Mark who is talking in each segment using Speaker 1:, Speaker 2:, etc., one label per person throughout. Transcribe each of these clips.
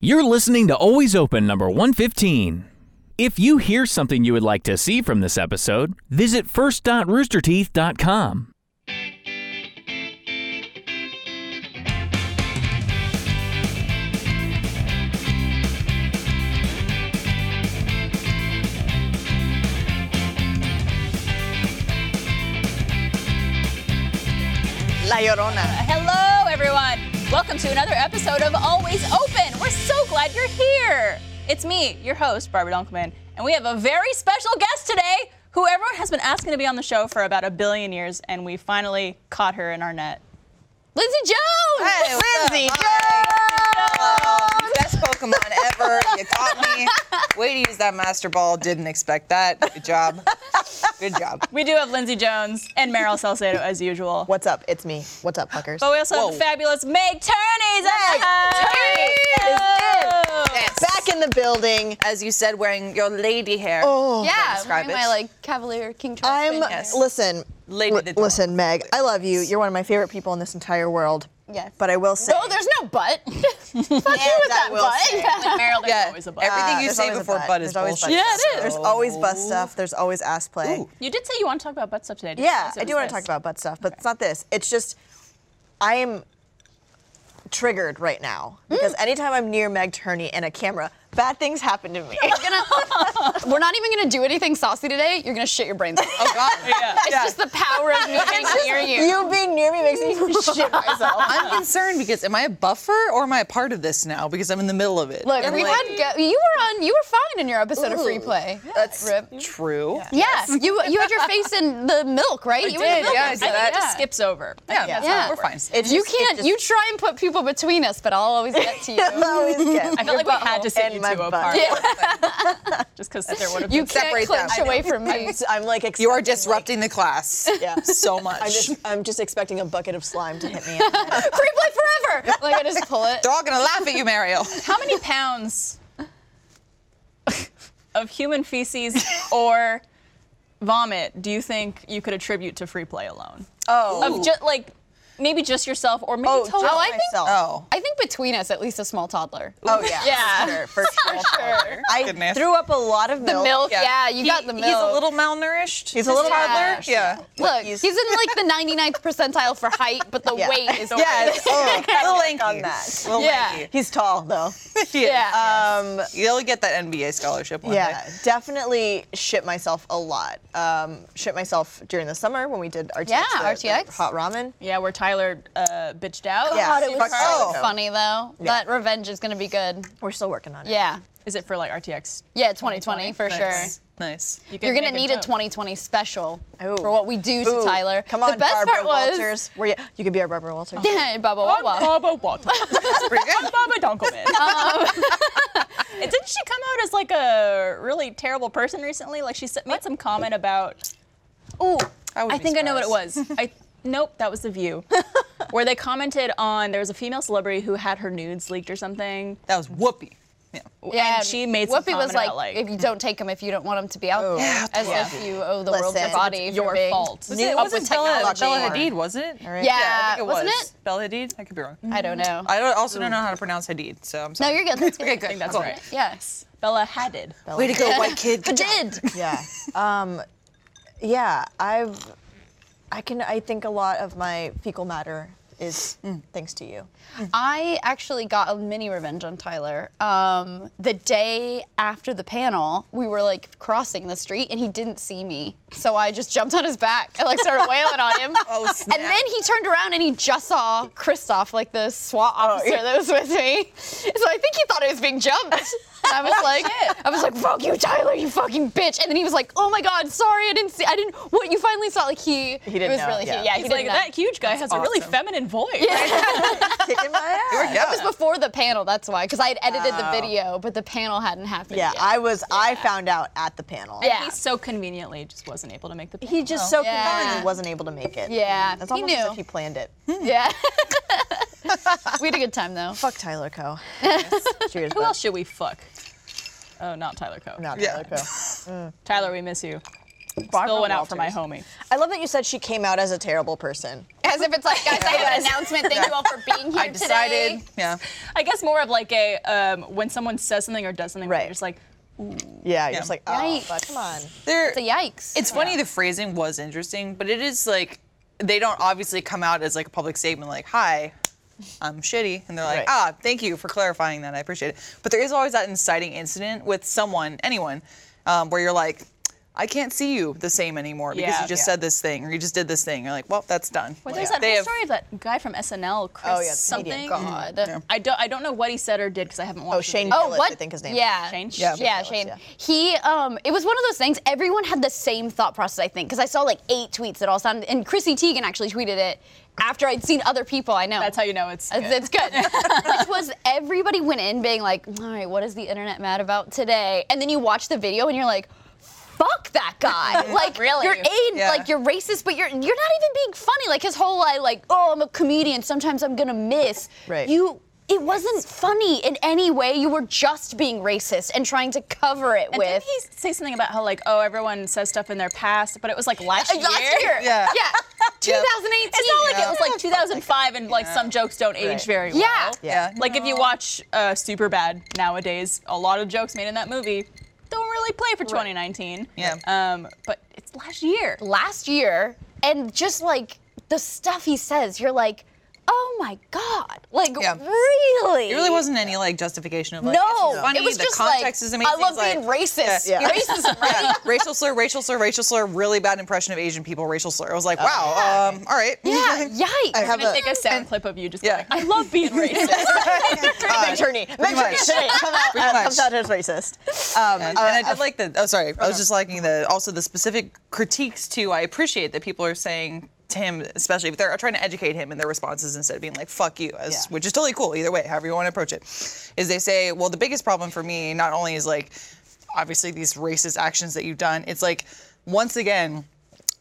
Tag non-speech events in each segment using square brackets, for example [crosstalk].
Speaker 1: You're listening to Always Open number 115. If you hear something you would like to see from this episode, visit first.roosterteeth.com.
Speaker 2: La Llorona.
Speaker 3: Hello, everyone. Welcome to another episode of Always Open. We're so glad you're here. It's me, your host, Barbara Dunkelman, and we have a very special guest today who everyone has been asking to be on the show for about a billion years, and we finally caught her in our net. Lindsay Jones!
Speaker 2: Hey, Lindsay Jones. Best Pokemon ever. You caught me. Way to use that Master Ball. Didn't expect that. Good job. Good job.
Speaker 3: We do have Lindsay Jones and Meryl Salcedo as usual.
Speaker 4: What's up? It's me. What's up, fuckers?
Speaker 3: But we also have
Speaker 2: Whoa.
Speaker 3: the fabulous Meg Turney's
Speaker 2: Meg Turney
Speaker 4: Back in the building.
Speaker 2: As you said, wearing your lady hair.
Speaker 4: Oh,
Speaker 5: Yeah,
Speaker 2: describe
Speaker 5: wearing
Speaker 2: it.
Speaker 5: my like Cavalier King Charles.
Speaker 4: I'm.
Speaker 5: thing.
Speaker 4: Listen,
Speaker 2: Lady
Speaker 4: l-
Speaker 2: did not.
Speaker 4: listen, Meg. I love you. You're one of my favorite people in this entire world.
Speaker 5: Yes.
Speaker 4: But I will say,
Speaker 5: No, there's no butt. [laughs] Fuck you with that
Speaker 2: will say.
Speaker 5: butt.
Speaker 3: Like Meryl, there's always a button.
Speaker 2: Everything you
Speaker 4: there's
Speaker 2: say
Speaker 4: always a
Speaker 2: before
Speaker 4: butt.
Speaker 2: butt is
Speaker 4: There's always
Speaker 2: bullshit.
Speaker 4: butt.
Speaker 2: Oh.
Speaker 3: Yeah, it
Speaker 4: there's always bus stuff. There's always ass play.
Speaker 3: You did say you want to talk about butt stuff today. didn't you?
Speaker 4: Yeah,
Speaker 3: So
Speaker 4: I
Speaker 3: it
Speaker 4: do
Speaker 3: was
Speaker 4: want
Speaker 3: this.
Speaker 4: to talk about butt stuff, but it's not this. It's just I am triggered right now
Speaker 5: Hmm.
Speaker 4: because anytime I'm near Meg Turney and a camera, bad things happen to me.
Speaker 5: We're not even gonna [laughs] do anything saucy today. You're gonna shit your brains out.
Speaker 2: Oh,
Speaker 4: [laughs]
Speaker 2: God.
Speaker 5: It's just the power of me being near you.
Speaker 4: you being near me
Speaker 5: [laughs]
Speaker 4: makes me shit myself.
Speaker 2: I'm concerned because am I a buffer or am I a part of this now? Because I'm in the middle of it.
Speaker 5: Look,
Speaker 2: And,
Speaker 5: we
Speaker 2: like,
Speaker 5: had go- you were on. You were fine in your episode of Free Play.
Speaker 2: That's
Speaker 5: Rip.
Speaker 2: true.
Speaker 5: Yeah, you you had your face in the milk, right? you had
Speaker 2: did,
Speaker 5: the milk
Speaker 2: yeah, I
Speaker 5: episode.
Speaker 2: did.
Speaker 3: I think it
Speaker 2: Yeah.
Speaker 3: just skips over. I think that's
Speaker 5: Yeah.
Speaker 3: how it
Speaker 2: We're
Speaker 3: works.
Speaker 2: fine.
Speaker 4: It
Speaker 5: You
Speaker 4: just- it
Speaker 5: can't.
Speaker 4: just-
Speaker 5: you try and put people between us, but I'll always
Speaker 2: [laughs]
Speaker 5: get to you.
Speaker 4: always get.
Speaker 3: I felt like we had to set
Speaker 4: and
Speaker 3: you
Speaker 4: my
Speaker 3: two
Speaker 4: butt.
Speaker 3: apart. Just because there would have
Speaker 5: You
Speaker 3: been.
Speaker 5: can't
Speaker 2: Separate them.
Speaker 5: clinch away
Speaker 2: [laughs]
Speaker 5: from me.
Speaker 4: So I'm like
Speaker 2: You are
Speaker 4: expecting,
Speaker 2: disrupting the class
Speaker 4: like- yeah.
Speaker 2: so much.
Speaker 4: I'm just I'm just expecting a bucket of slime to hit me.
Speaker 5: [laughs]
Speaker 4: in the head.
Speaker 5: Free Play forever. Like I just pull it.
Speaker 2: They're all gonna laugh at you, Mario.
Speaker 3: How many
Speaker 4: [laughs]
Speaker 3: pounds of human feces or vomit do you think you could attribute to free play alone?
Speaker 2: Oh.
Speaker 3: Of just like maybe just yourself or maybe total.
Speaker 5: just- Oh, I think-
Speaker 4: myself.
Speaker 2: [laughs] Oh.
Speaker 5: I think between us, at least a small toddler.
Speaker 4: Oh yeah.
Speaker 3: Yeah.
Speaker 4: For sure. For sure. I
Speaker 2: Goodness.
Speaker 4: threw up a lot of milk.
Speaker 5: The milk,
Speaker 2: Yeah.
Speaker 5: yeah, you got the milk.
Speaker 2: He's a little malnourished.
Speaker 4: He's a little
Speaker 2: toddler.
Speaker 5: malnourished,
Speaker 2: Yeah.
Speaker 5: Look, he's, in like the 99th percentile for height, but the
Speaker 4: [laughs] Yeah.
Speaker 5: weight is [laughs]
Speaker 2: Yes. Oh, little lanky.
Speaker 4: on that.
Speaker 2: Little
Speaker 5: Yeah.
Speaker 2: lanky.
Speaker 4: He's tall though.
Speaker 5: yeah.
Speaker 4: Um,
Speaker 2: You'll get that NBA scholarship one
Speaker 4: yeah,
Speaker 2: day.
Speaker 4: definitely shit myself a lot. Um, shit myself during the summer when we did RTX.
Speaker 5: Yeah,
Speaker 4: the- the
Speaker 5: RTX.
Speaker 4: hot ramen.
Speaker 3: Yeah, where Tyler uh, bitched out.
Speaker 4: Yeah. God, it
Speaker 3: Super
Speaker 4: was
Speaker 3: hard.
Speaker 4: so-
Speaker 5: That's funny though. That revenge is gonna be good.
Speaker 4: We're still working on it.
Speaker 5: Yeah,
Speaker 3: Is it for like RTX?
Speaker 5: yeah, 2020 for
Speaker 2: Nice.
Speaker 5: sure.
Speaker 2: Nice.
Speaker 3: You
Speaker 5: You're gonna
Speaker 3: make
Speaker 5: need a
Speaker 3: joke.
Speaker 5: 2020 special
Speaker 4: Ooh.
Speaker 5: for what we do to
Speaker 4: Ooh,
Speaker 5: Tyler.
Speaker 4: Come on,
Speaker 5: the best
Speaker 4: Barbara
Speaker 5: part was,
Speaker 4: Walters. Were you, you could be our Barbara Walters.
Speaker 5: [laughs] yeah, Baba
Speaker 3: I'm
Speaker 5: Wawa.
Speaker 3: Baba Walters.
Speaker 2: That's pretty good.
Speaker 3: Baba [laughs] Dunkelman. Um, And didn't she come out as like a really terrible person recently? Like she s- made some comment about. Ooh,
Speaker 2: I
Speaker 3: I,
Speaker 2: wouldn't be
Speaker 3: think I know what it was. [laughs] I nope, that was the [laughs] View, where they commented on there was a female celebrity who had her nudes leaked or something.
Speaker 2: That was whoopee. Yeah.
Speaker 5: Yeah,
Speaker 3: and she made some
Speaker 5: Whoopi was
Speaker 3: comment
Speaker 5: like,
Speaker 3: about like
Speaker 5: if you don't take him, if you don't want him to be out there, as if you owe the world your
Speaker 4: Listen,
Speaker 5: body, for
Speaker 3: your
Speaker 5: being-
Speaker 3: fault.
Speaker 2: Was
Speaker 4: New-
Speaker 2: it,
Speaker 4: up
Speaker 2: wasn't
Speaker 4: with
Speaker 2: Bella,
Speaker 4: technology.
Speaker 2: Bella Hadid, wasn't it?
Speaker 4: right.
Speaker 2: I
Speaker 5: Yeah,
Speaker 2: think it
Speaker 5: wasn't
Speaker 2: was.
Speaker 5: it?
Speaker 2: Bella Hadid? I could be wrong.
Speaker 5: I don't know.
Speaker 2: I don't, also don't know how to pronounce Hadid, so I'm
Speaker 5: no,
Speaker 2: sorry.
Speaker 5: you're
Speaker 4: [laughs]
Speaker 5: good. That's good.
Speaker 2: Okay, good. I think
Speaker 3: that's right.
Speaker 5: Yes.
Speaker 3: Bella Hadid.
Speaker 2: Way to
Speaker 5: [laughs]
Speaker 2: go, white kid.
Speaker 5: But did.
Speaker 4: Yeah. Um, yeah, I've, I can, I think a lot of my fecal matter is thanks to you.
Speaker 5: I actually got a mini revenge on Tyler. Um, the day after the panel, we were like crossing the street and he didn't see me. So I just jumped on his back and like started wailing on him.
Speaker 2: Oh, snap.
Speaker 5: And then he turned around and he just saw Kristoff, like the SWAT officer that was with me. So I think he thought I was being jumped. And I was like, I was like, fuck you, Tyler, you fucking bitch. And then he was like, oh my god, sorry, I didn't see, I didn't. What you finally saw? Like he, he
Speaker 4: didn't
Speaker 5: It was
Speaker 4: know,
Speaker 5: really
Speaker 4: yeah.
Speaker 5: he. Yeah,
Speaker 3: He's
Speaker 5: he
Speaker 3: like
Speaker 5: didn't know.
Speaker 3: that huge guy has a really
Speaker 2: awesome.
Speaker 3: feminine voice.
Speaker 4: Kicking [laughs] my
Speaker 5: [laughs]
Speaker 4: ass.
Speaker 2: Yeah.
Speaker 5: It was before the panel, that's why, because I had edited the video, but the panel hadn't happened
Speaker 4: Yeah,
Speaker 5: yet.
Speaker 4: I was, I found out at the panel.
Speaker 5: Yeah.
Speaker 3: He so conveniently just wasn't able to make the.
Speaker 4: He just so
Speaker 5: Yeah.
Speaker 4: convinced he wasn't able to make it.
Speaker 5: Yeah,
Speaker 4: That's
Speaker 5: he
Speaker 4: almost as
Speaker 5: knew.
Speaker 4: if he planned [laughs] it.
Speaker 5: yeah. we had a good time though.
Speaker 4: Fuck Tyler
Speaker 5: [laughs]
Speaker 4: Co. Cheers.
Speaker 3: Who
Speaker 4: bud.
Speaker 3: else should we fuck? Oh, not Tyler Coe.
Speaker 4: Not
Speaker 2: Yeah.
Speaker 4: Tyler Co.
Speaker 3: Tyler, we miss you.
Speaker 4: Barbara
Speaker 3: Bill went out for my
Speaker 4: Walters.
Speaker 3: homie.
Speaker 4: I love that you said she came out as a terrible person.
Speaker 5: as if it's like, guys, I have an announcement. Thank you all for [laughs] being here
Speaker 2: I decided.
Speaker 5: today.
Speaker 2: Yeah.
Speaker 3: I guess more of like a um, when someone says something or does something,
Speaker 4: Right.
Speaker 3: Just like
Speaker 4: Yeah, you're just like, oh,
Speaker 5: Yikes.
Speaker 4: but come on.
Speaker 2: There,
Speaker 5: The yikes.
Speaker 2: It's funny the phrasing was interesting, but it is like they don't obviously come out as like a public statement like, "Hi, I'm shitty," and they're like,
Speaker 4: Right.
Speaker 2: "Ah, thank you for clarifying that. I appreciate it." But there is always that inciting incident with someone, anyone, um, where you're like. I can't see you the same anymore because
Speaker 3: Yeah.
Speaker 2: you just
Speaker 3: Yeah.
Speaker 2: said this thing or you just did this thing. You're like, well, that's done.
Speaker 3: Well, there's that
Speaker 2: They
Speaker 3: whole
Speaker 2: have-
Speaker 3: story of that guy from SNL, Chris
Speaker 4: Oh, yeah, the
Speaker 3: something.
Speaker 4: comedian.
Speaker 5: God.
Speaker 3: I don't I don't know what he said or did because I haven't watched.
Speaker 4: Oh, Shane
Speaker 3: It.
Speaker 5: Oh,
Speaker 4: Gillis,
Speaker 5: what?
Speaker 4: I think his name is.
Speaker 5: Yeah.
Speaker 3: Shane?
Speaker 5: Yeah,
Speaker 3: Yeah.
Speaker 5: yeah Shane.
Speaker 4: Gillis,
Speaker 5: He, um, it was one of those things. Everyone had the same thought process, I think, because I saw like eight tweets that all sounded, and Chrissy Teigen actually tweeted it after I'd seen other people I know.
Speaker 3: That's how you know
Speaker 4: Uh,
Speaker 3: it's.
Speaker 5: It's it's
Speaker 3: [laughs]
Speaker 5: good. Which was everybody went in being like, all right, what is the internet mad about today? And then you watch the video and you're like, fuck that
Speaker 3: [laughs]
Speaker 5: guy. like
Speaker 3: Really?
Speaker 5: you're aid,
Speaker 2: Yeah.
Speaker 5: like you're racist, but you're you're not even being funny. Like his whole like, like, oh, I'm a comedian, sometimes I'm gonna miss.
Speaker 4: Right.
Speaker 5: You it wasn't funny in any way. You were just being racist and trying to cover it
Speaker 3: And
Speaker 5: with
Speaker 3: didn't he say something about how like oh everyone says stuff in their past, but it was
Speaker 4: [laughs]
Speaker 3: like last year.
Speaker 5: last year.
Speaker 2: Yeah.
Speaker 5: Yeah. 2018.
Speaker 3: It's not like
Speaker 5: Yeah.
Speaker 3: it was like 2005 and like some jokes don't age very well.
Speaker 5: Yeah.
Speaker 4: Yeah.
Speaker 3: Like if you watch uh, Superbad nowadays, a lot of jokes made in that movie don't really play for 2019.
Speaker 2: Yeah.
Speaker 3: Um, but it's last year.
Speaker 5: last year and just like the stuff he says you're like oh my god like
Speaker 2: Yeah.
Speaker 5: really
Speaker 2: It really wasn't any like justification of like,
Speaker 5: no
Speaker 2: it's funny,
Speaker 5: it was
Speaker 2: the
Speaker 5: just
Speaker 2: context
Speaker 5: like
Speaker 2: is amazing.
Speaker 5: i love
Speaker 2: It's like-
Speaker 5: being racist
Speaker 4: Yeah. Yeah.
Speaker 5: racism right
Speaker 2: Yeah, racial slur, racial slur, racial slur. Really bad impression of Asian people. Racial slur. I was like, wow. Um, all right.
Speaker 5: yeah
Speaker 2: [laughs]
Speaker 5: yikes
Speaker 4: I have
Speaker 3: I'm gonna
Speaker 4: a
Speaker 3: take a sound clip of you just
Speaker 2: Yeah.
Speaker 3: going, I
Speaker 4: [laughs]
Speaker 3: love being racist.
Speaker 4: Meg Turney. Meg Turney.
Speaker 2: much.
Speaker 4: Shane, Come out.
Speaker 2: Pretty
Speaker 4: uh,
Speaker 2: much.
Speaker 4: Comes out as racist. Um,
Speaker 2: And,
Speaker 4: uh,
Speaker 2: and I did like the. Oh, sorry. I was just liking the also the specific critiques too. I appreciate that people are saying to him, especially if they're trying to educate him in their responses instead of being like "fuck you," as,
Speaker 4: Yeah.
Speaker 2: which is totally cool. Either way, however you want to approach it, is they say, "Well, the biggest problem for me not only is like obviously these racist actions that you've done, it's like once again."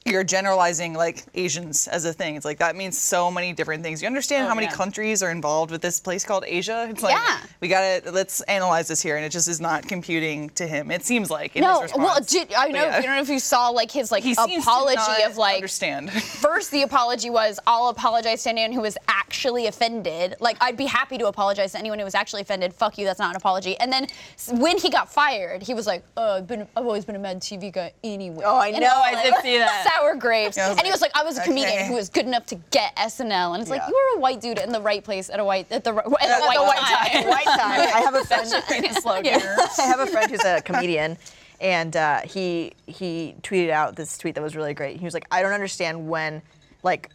Speaker 2: You're generalizing like Asians as a thing. It's like that means so many different things. You understand how many
Speaker 3: yeah.
Speaker 2: countries are involved with this place called Asia? It's like
Speaker 5: Oh, Yeah.
Speaker 2: we gotta let's analyze this here, and it just is not computing to him. It seems like in his
Speaker 5: no
Speaker 2: response.
Speaker 5: well did, i know
Speaker 2: yeah.
Speaker 5: i don't know if you saw like his like
Speaker 2: he seems
Speaker 5: apology
Speaker 2: to not
Speaker 5: of like
Speaker 2: understand. [laughs]
Speaker 5: first the apology was i'll apologize to anyone who was actually offended like i'd be happy to apologize to anyone who was actually offended fuck you that's not an apology and then s- when he got fired he was like oh, I've, been, I've always been a mad tv guy anyway
Speaker 4: Oh, I
Speaker 5: And
Speaker 4: know,
Speaker 5: was
Speaker 4: I
Speaker 3: did see that.
Speaker 5: [laughs] sour grapes
Speaker 2: I was
Speaker 5: and he was like i was a comedian
Speaker 2: okay.
Speaker 5: who was good enough to get snl and it's like
Speaker 4: Yeah.
Speaker 5: you were a white dude in the right place at a white at the, ri- at the white,
Speaker 3: the white
Speaker 5: time.
Speaker 3: time.
Speaker 4: White tie. I have a friend. [laughs]
Speaker 3: slogan.
Speaker 4: I have a friend who's a comedian, and uh, he he tweeted out this tweet that was really great. He was like, "I don't understand when, like,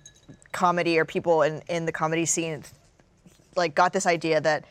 Speaker 4: comedy or people in in the comedy scene, like, got this idea that."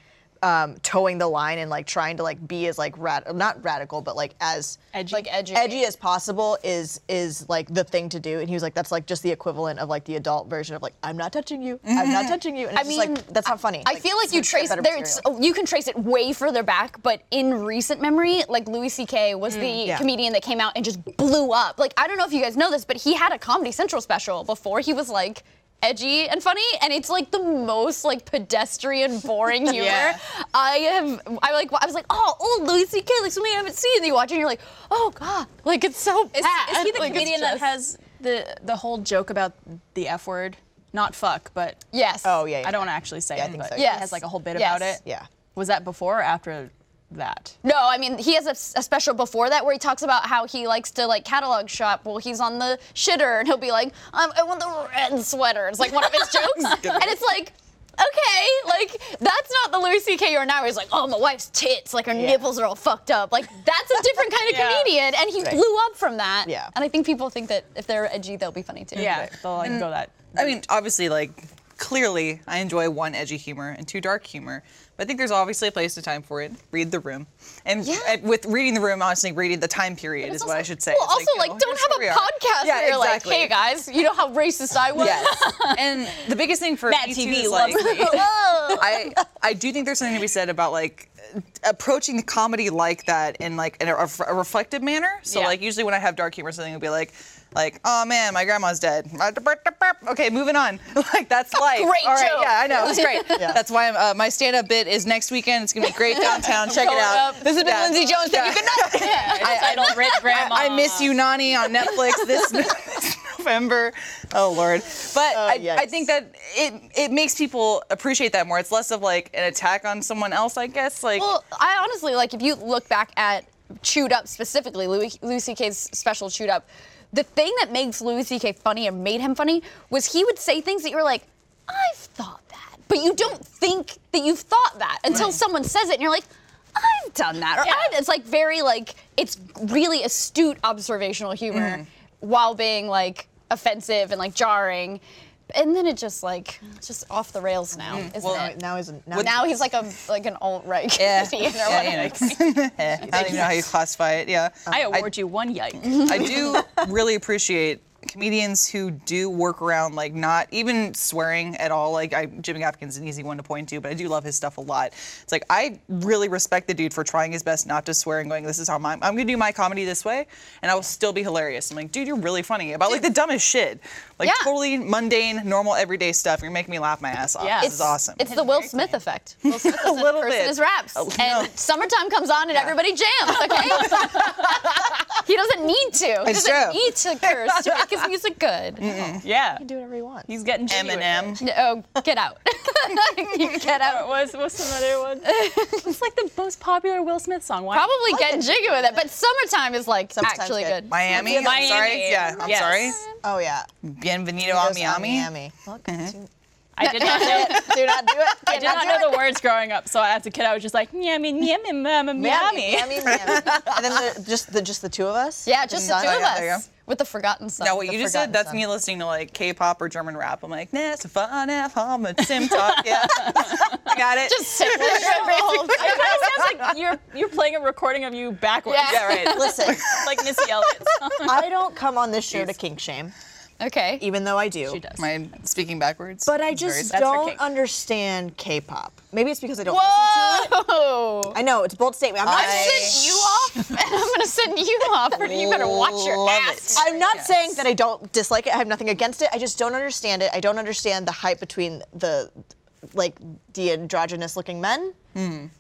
Speaker 4: Um, towing the line and like trying to like be as like rad- not radical but like as
Speaker 3: Edgy.
Speaker 5: like edgy
Speaker 4: edgy as possible is is like the thing to do and he was like that's like just the equivalent of like the adult version of like i'm not touching you i'm not touching you and it's just like that's not funny
Speaker 5: I feel like you trace
Speaker 4: better
Speaker 5: there's
Speaker 4: material.
Speaker 5: you can trace it way further back, but in recent memory, like Louis C.K. was the
Speaker 4: Mm, yeah.
Speaker 5: comedian that came out and just blew up. Like I don't know if you guys know this, but he had a Comedy Central special before he was like edgy and funny, and it's like the most like pedestrian,
Speaker 4: [laughs]
Speaker 5: boring humor.
Speaker 3: Yeah.
Speaker 5: I have I like I was like oh old Louis C.K. like something I haven't seen. And you watch it and you're like oh god, like it's so
Speaker 3: Is,
Speaker 5: bad. [laughs]
Speaker 3: is he the
Speaker 5: Like, it's
Speaker 3: comedian
Speaker 5: just-
Speaker 3: that has the the whole joke about the F word? Not fuck, but
Speaker 5: yes?
Speaker 4: Oh, yeah, yeah.
Speaker 3: I don't want to actually say
Speaker 4: Yeah, I
Speaker 3: it,
Speaker 4: think
Speaker 3: but
Speaker 4: so.
Speaker 3: he
Speaker 5: Yes.
Speaker 3: has like a whole bit
Speaker 5: Yes.
Speaker 3: about it.
Speaker 4: Yeah.
Speaker 3: Was that before or after that?
Speaker 5: No, I mean he has a, s- a special before that where he talks about how he likes to like catalog shop while he's on the shitter, and he'll be like, um, "I want the red sweater." It's like one of his
Speaker 2: [laughs]
Speaker 5: jokes, and it's like, okay, like that's not the Louis C.K. or now. He's like, "Oh, my wife's tits, like her nipples are all fucked up." Like that's a different
Speaker 2: [laughs]
Speaker 5: kind of
Speaker 3: Yeah.
Speaker 5: comedian, and he blew up from that.
Speaker 4: Yeah.
Speaker 5: and I think people think that if they're edgy, they'll be funny too.
Speaker 3: Yeah. They'll like go that.
Speaker 2: I mean, obviously, like clearly, I enjoy one edgy humor and two dark humor. But I think there's obviously a place and time for it. Read the room, and
Speaker 5: Yeah.
Speaker 2: and with reading the room, honestly, reading the time period is
Speaker 5: It's
Speaker 2: what I
Speaker 5: also-
Speaker 2: should say.
Speaker 5: Well,
Speaker 2: It's
Speaker 5: also like,
Speaker 2: you know,
Speaker 5: don't
Speaker 2: here's
Speaker 5: have
Speaker 2: where we
Speaker 5: a
Speaker 2: are.
Speaker 5: podcast
Speaker 2: Yeah,
Speaker 5: where you're
Speaker 2: exactly.
Speaker 5: like, "Hey guys, you know how racist I was."
Speaker 2: Yes. and the biggest thing for
Speaker 3: Matt
Speaker 2: me too
Speaker 3: TV
Speaker 2: is
Speaker 3: loves
Speaker 2: like [laughs]
Speaker 5: [laughs]
Speaker 3: me.
Speaker 2: I I do think there's something to be said about like approaching the comedy like that in like in a, a reflective manner. So
Speaker 3: Yeah.
Speaker 2: like usually when I have dark humor, something will be like. Like, oh man, my grandma's dead. Okay, moving on. [laughs] Like that's life.
Speaker 5: Great
Speaker 2: All right,
Speaker 5: joke.
Speaker 2: yeah, I know. It's great. That's why I'm, uh, my stand-up bit is next weekend. It's gonna be great downtown. Check it
Speaker 3: Going
Speaker 2: out.
Speaker 3: up.
Speaker 2: This has been Lindsay Jones. Thank you. Good night.
Speaker 3: Yeah. I,
Speaker 2: I-
Speaker 3: don't rip grandma.
Speaker 2: I miss you, Nani, on Netflix. This November. Oh Lord. But I, I
Speaker 4: yikes.
Speaker 2: think that it it makes people appreciate that more. It's less of like an attack on someone else, I guess. Like
Speaker 5: Well, [laughs] I honestly like if you look back at Chewed Up specifically, Louis, Louis C.K.'s special Chewed Up. The thing that makes Louis C.K. funny and made him funny was he would say things that you were like, I've thought that, but you don't think that you've thought that until someone says it, and you're like. I've done that, or I've, it's like very like it's really astute observational humor, while being like offensive and like jarring, and then it just like just off the rails now, isn't
Speaker 2: Well,
Speaker 5: it?
Speaker 4: Oh, Now isn't now.
Speaker 5: But now he's like a like an alt right
Speaker 2: eh,
Speaker 5: [laughs] comedian or
Speaker 2: yeah,
Speaker 5: whatever.
Speaker 2: yikes. Eh, [laughs] I don't even know how you classify it. Yeah.
Speaker 3: I award you one
Speaker 5: [laughs]
Speaker 3: yike.
Speaker 2: I do really appreciate comedians who do work around like not even swearing at all. Like I, Jimmy Hopkins is an easy one to point to, but I do love his stuff a lot. It's like I really respect the dude for trying his best not to swear and going, "This is how my, I'm going to do my comedy this way," and I will still be hilarious. I'm like, dude, you're really funny about like the dumbest shit, like
Speaker 5: Yeah.
Speaker 2: totally mundane, normal, everyday stuff. You're making me laugh my ass off.
Speaker 3: Yeah.
Speaker 2: This is awesome.
Speaker 5: It's the Will Smith effect. [laughs] Will Smith is a
Speaker 2: little
Speaker 5: person
Speaker 2: bit.
Speaker 5: is raps.
Speaker 2: Oh,
Speaker 5: and
Speaker 2: no.
Speaker 5: summertime comes on and everybody jams, [laughs] okay? he doesn't need to. He
Speaker 2: It's
Speaker 5: doesn't
Speaker 2: true.
Speaker 5: need to curse to make his music [laughs] good.
Speaker 3: Yeah.
Speaker 4: do whatever you want.
Speaker 3: He's getting jiggy with it.
Speaker 2: Eminem.
Speaker 5: No, oh, get [laughs] out. You get out.
Speaker 3: What's what's another one?
Speaker 5: [laughs]
Speaker 3: it's like the most popular Will Smith song. Why?
Speaker 5: Probably getting jiggy with it, but summertime is like actually
Speaker 4: good.
Speaker 5: good.
Speaker 2: Miami. I'm
Speaker 3: Miami.
Speaker 2: sorry. Yeah, I'm
Speaker 3: Yes.
Speaker 2: sorry.
Speaker 4: Oh yeah.
Speaker 2: Bienvenido a Miami.
Speaker 4: Miami.
Speaker 3: I did not
Speaker 5: [laughs]
Speaker 3: know.
Speaker 4: [laughs] do not do it.
Speaker 3: I did not know the words growing up, so as a kid I was just like, yummy, yummy, mama,
Speaker 4: Miami.
Speaker 3: yummy. [laughs]
Speaker 4: Miami. Miami. and then the, just the just the two of us.
Speaker 5: Yeah, just the
Speaker 4: son.
Speaker 5: two of
Speaker 2: yeah, there you
Speaker 5: us with the forgotten son.
Speaker 2: Now, what you just said,
Speaker 4: forgotten
Speaker 2: that's
Speaker 4: son.
Speaker 2: me listening to like K pop or German rap. I'm like, nah, it's fun, F, hum, it's sim talk. [laughs] Yeah. I got it.
Speaker 5: [laughs] Just sit
Speaker 2: [laughs]
Speaker 5: there.
Speaker 3: It kind of sounds like you're you're playing a recording of you backwards,
Speaker 5: Yeah.
Speaker 2: yeah, right.
Speaker 4: Listen,
Speaker 3: like Missy Elliott's song.
Speaker 4: I don't come on this show to kink shame,
Speaker 5: Okay.
Speaker 4: even though I do.
Speaker 3: She does.
Speaker 2: Am I speaking backwards?
Speaker 4: But I just
Speaker 3: That's her
Speaker 4: don't
Speaker 3: kink.
Speaker 4: understand K-pop. Maybe it's because I don't listen to it.
Speaker 5: Whoa!
Speaker 4: I know it's a bold statement. I'm not.
Speaker 5: I sent you off, and Oh, [laughs] I'm gonna send you off, and you better watch your
Speaker 2: Love
Speaker 5: ass.
Speaker 2: it.
Speaker 4: I'm not saying that I don't dislike it. I have nothing against it. I just don't understand it. I don't understand the hype between the, like, the androgynous looking men.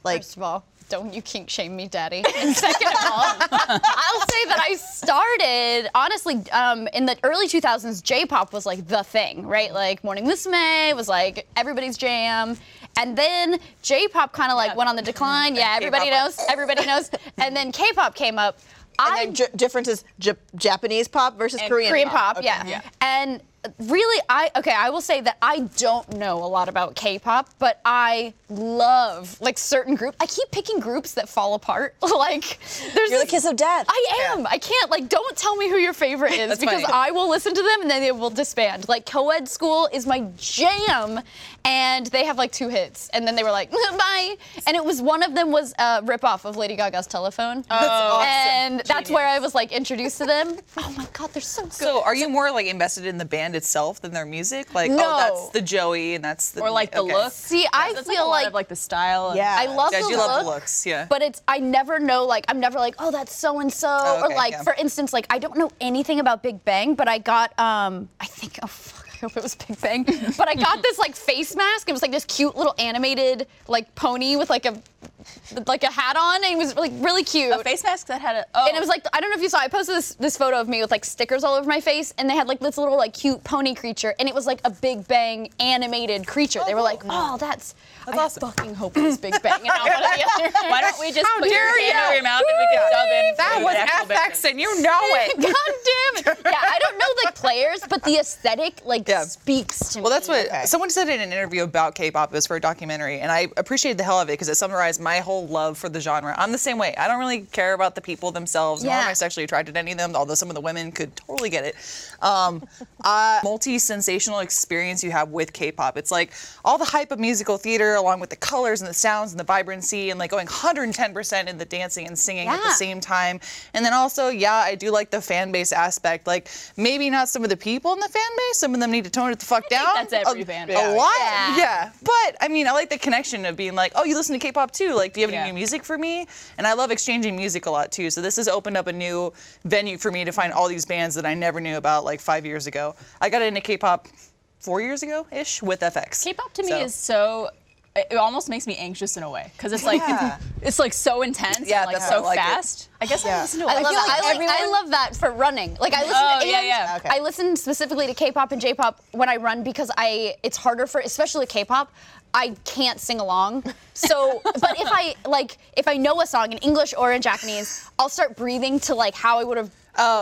Speaker 4: Like,
Speaker 5: First of all, don't you kink shame me, Daddy. [laughs] And second of all, I'll say that I started honestly um, in the early 2000s. J-pop was like the thing, right? Like Morning Musume was like everybody's jam, and then J-pop kind of like
Speaker 3: Yeah.
Speaker 5: went on
Speaker 4: [laughs]
Speaker 5: the decline. Yeah, everybody
Speaker 2: K-pop
Speaker 5: knows. Everybody knows. And then K-pop came up.
Speaker 4: and then j- difference is J- Japanese pop versus Korean,
Speaker 5: Korean
Speaker 4: pop.
Speaker 5: pop, yeah. And really, I okay, I will say that I don't know a lot about K-pop, but I love like certain groups. I keep picking groups that fall apart. [laughs] like there's
Speaker 4: You're the
Speaker 5: this-
Speaker 4: kiss of death.
Speaker 5: I am. I can't like don't tell me who your favorite
Speaker 4: [laughs]
Speaker 5: is
Speaker 2: That's
Speaker 5: because
Speaker 2: funny.
Speaker 5: I will listen to them and then they will disband. Like co-ed school is my jam and they have like two hits and then they were like [laughs] bye and it was one of them was a ripoff of Lady Gaga's Telephone. Oh,
Speaker 2: awesome.
Speaker 5: and that's where I was like introduced to
Speaker 2: [laughs]
Speaker 5: them. oh my god, they're so good.
Speaker 2: so, are you more like invested in the band itself than their music? Like,
Speaker 5: No.
Speaker 2: oh, that's the Joey and that's the.
Speaker 3: or like the
Speaker 2: okay.
Speaker 3: look.
Speaker 5: See, I
Speaker 3: That's like, a
Speaker 5: feel
Speaker 3: lot
Speaker 5: like,
Speaker 3: of, like the style. and-
Speaker 4: Yeah.
Speaker 5: I love
Speaker 2: Yeah, I
Speaker 5: the
Speaker 2: do
Speaker 5: look,
Speaker 2: love the looks, yeah.
Speaker 5: But it's I never know like I'm never like oh that's so and so
Speaker 2: Oh,
Speaker 5: or
Speaker 2: okay,
Speaker 5: like
Speaker 2: yeah.
Speaker 5: for instance like I don't know anything about Big Bang but I got um I think oh fuck I hope it was Big
Speaker 2: [laughs]
Speaker 5: Bang but I got this like face mask it was like this cute little animated like pony with like a like a hat on and it was like really cute.
Speaker 3: A face mask that had a. Oh.
Speaker 5: And
Speaker 3: [laughs]
Speaker 5: it was like I don't know if you saw. I posted this this photo of me with like stickers all over my face, and they had like this little like cute pony creature, and it was like a Big Bang animated creature. they were like, oh, that's that's I
Speaker 2: awesome.
Speaker 5: fucking hope it's Big Bang. And I'll [laughs] put it the other-
Speaker 3: Why don't we just put your
Speaker 2: dare
Speaker 3: hand
Speaker 2: ya.
Speaker 3: over your mouth and we can dub in?
Speaker 2: That
Speaker 3: the
Speaker 2: was
Speaker 3: actual bit.
Speaker 2: FX and you know it.
Speaker 5: God damn it! Yeah, I don't know the players, but the aesthetic like
Speaker 2: Yeah.
Speaker 5: speaks to
Speaker 2: Well,
Speaker 5: me.
Speaker 2: that's what someone said in an interview about K-pop. It was for a documentary, and I appreciated the hell of it because it summarized my whole love for the genre. I'm the same way. I don't really care about the people themselves, nor am
Speaker 5: Yeah.
Speaker 2: I sexually attracted to any of them. Although some of the women could totally get it. Um, [laughs] uh, multi-sensational experience you have with K-pop. It's like all the hype of musical theater, along with the colors and the sounds and the vibrancy, and like going 110% in the dancing and singing at the
Speaker 5: Yeah.
Speaker 2: same time. And then also, yeah, I do like the fan base aspect. Like maybe not some of the people in the fan base. Some of them need to tone it the fuck down.
Speaker 3: that's every
Speaker 2: a,
Speaker 3: band.
Speaker 2: A lot.
Speaker 5: Yeah.
Speaker 2: Yeah. But I mean, I like the connection of being like, oh, you listen to K-pop too. Like, do you have
Speaker 3: Yeah.
Speaker 2: any new music for me? And I love exchanging music a lot too. So this has opened up a new venue for me to find all these bands that I never knew about like five years ago. I got into K-pop four years ago ish with FX.
Speaker 3: K-pop to me
Speaker 2: So-
Speaker 3: is so it it almost makes me anxious in a way because it's like
Speaker 4: Yeah.
Speaker 3: [laughs] it's like so intense
Speaker 2: Yeah,
Speaker 3: and like
Speaker 2: that's
Speaker 3: so
Speaker 2: why I like it.
Speaker 3: fast. I guess I
Speaker 4: Yeah.
Speaker 3: listen to
Speaker 5: I,
Speaker 3: it.
Speaker 5: love
Speaker 6: feel
Speaker 5: that.
Speaker 6: like
Speaker 5: I, like- I
Speaker 6: everyone-
Speaker 5: love that for running. Like I listen.
Speaker 3: Oh,
Speaker 5: and
Speaker 3: yeah, yeah.
Speaker 4: Okay.
Speaker 5: I listen specifically to K-pop and J-pop when I run because I it's harder for especially K-pop. I can't sing along. So, [laughs] but if I like if I know a song in English or in Japanese, I'll start breathing to like how I would have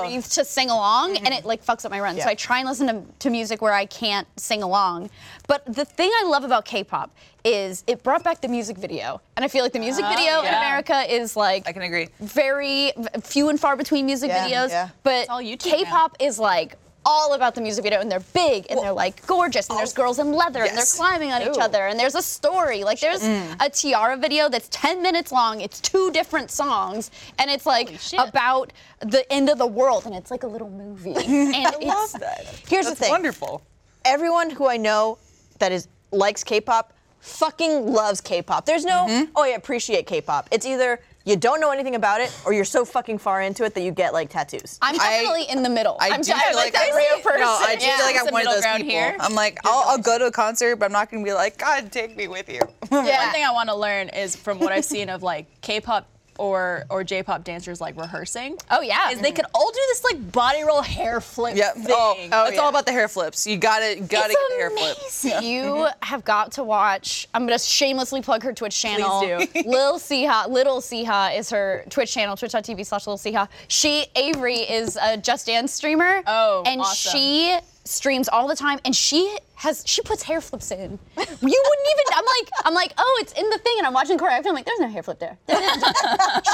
Speaker 5: breathed to sing along, and it like fucks up my run. So
Speaker 4: Yeah.
Speaker 5: I try and listen to, to music where I can't sing along. But the thing I love about K-pop is it brought back the music video, and I feel like the music video in
Speaker 3: yeah.
Speaker 5: America is like
Speaker 2: I can agree.
Speaker 5: very v- few and far between music
Speaker 4: Yeah,
Speaker 5: videos.
Speaker 4: yeah.
Speaker 5: But
Speaker 3: all YouTube now.
Speaker 5: K-pop is like all about the music video, and they're big, and they're like gorgeous, and there's girls in leather, and
Speaker 2: Yes. Mm.
Speaker 5: they're climbing on each other, and there's a story. Like there's a Tiara video that's 10 minutes long. It's two different songs, and it's like
Speaker 3: shit.
Speaker 5: about the end of the world, and it's like a little
Speaker 2: [laughs]
Speaker 5: movie. and it's, Here's
Speaker 4: That's
Speaker 5: the thing.
Speaker 2: Wonderful.
Speaker 4: everyone who I know that is likes K-pop fucking loves K-pop. There's no oh I appreciate K-pop. It's either you don't know anything about it or you're so fucking far into it that you get like tattoos.
Speaker 5: I'm
Speaker 2: I-
Speaker 5: definitely in the middle.
Speaker 2: I
Speaker 5: I'm
Speaker 2: do feel
Speaker 5: definitely
Speaker 2: like
Speaker 5: that
Speaker 2: I'm- [laughs]
Speaker 5: rare person.
Speaker 2: No, I do
Speaker 3: Yeah,
Speaker 2: feel like
Speaker 3: it's
Speaker 2: I'm
Speaker 3: the
Speaker 2: one of
Speaker 3: middle
Speaker 2: those
Speaker 3: ground
Speaker 2: people.
Speaker 3: here.
Speaker 2: I'm like, I'll, I'll go to a concert, but I'm not gonna be like, God, take me with you. [laughs]
Speaker 3: One thing I want to learn is from what I've seen of like K-pop or or J-pop dancers like rehearsing.
Speaker 5: Oh, yeah.
Speaker 3: is they could all do this like body roll hair flip
Speaker 2: yep.
Speaker 3: thing.
Speaker 2: Oh,
Speaker 4: Oh,
Speaker 2: it's
Speaker 4: yeah.
Speaker 2: all about the hair flips. You gotta, gotta get the hair flip.
Speaker 5: It's amazing. You have got to watch. I'm gonna shamelessly plug her Twitch channel.
Speaker 3: do.
Speaker 5: Lil Siha, Little Siha is her Twitch channel, twitch.tv slash Lil Siha. She Avery is a Just Dance streamer.
Speaker 3: Oh,
Speaker 5: and
Speaker 3: awesome.
Speaker 5: she streams all the time, and she has she puts hair flips in. You wouldn't even. I'm like I'm like oh it's in the thing, and I'm watching choreography. I'm like there's no hair flip there. [laughs]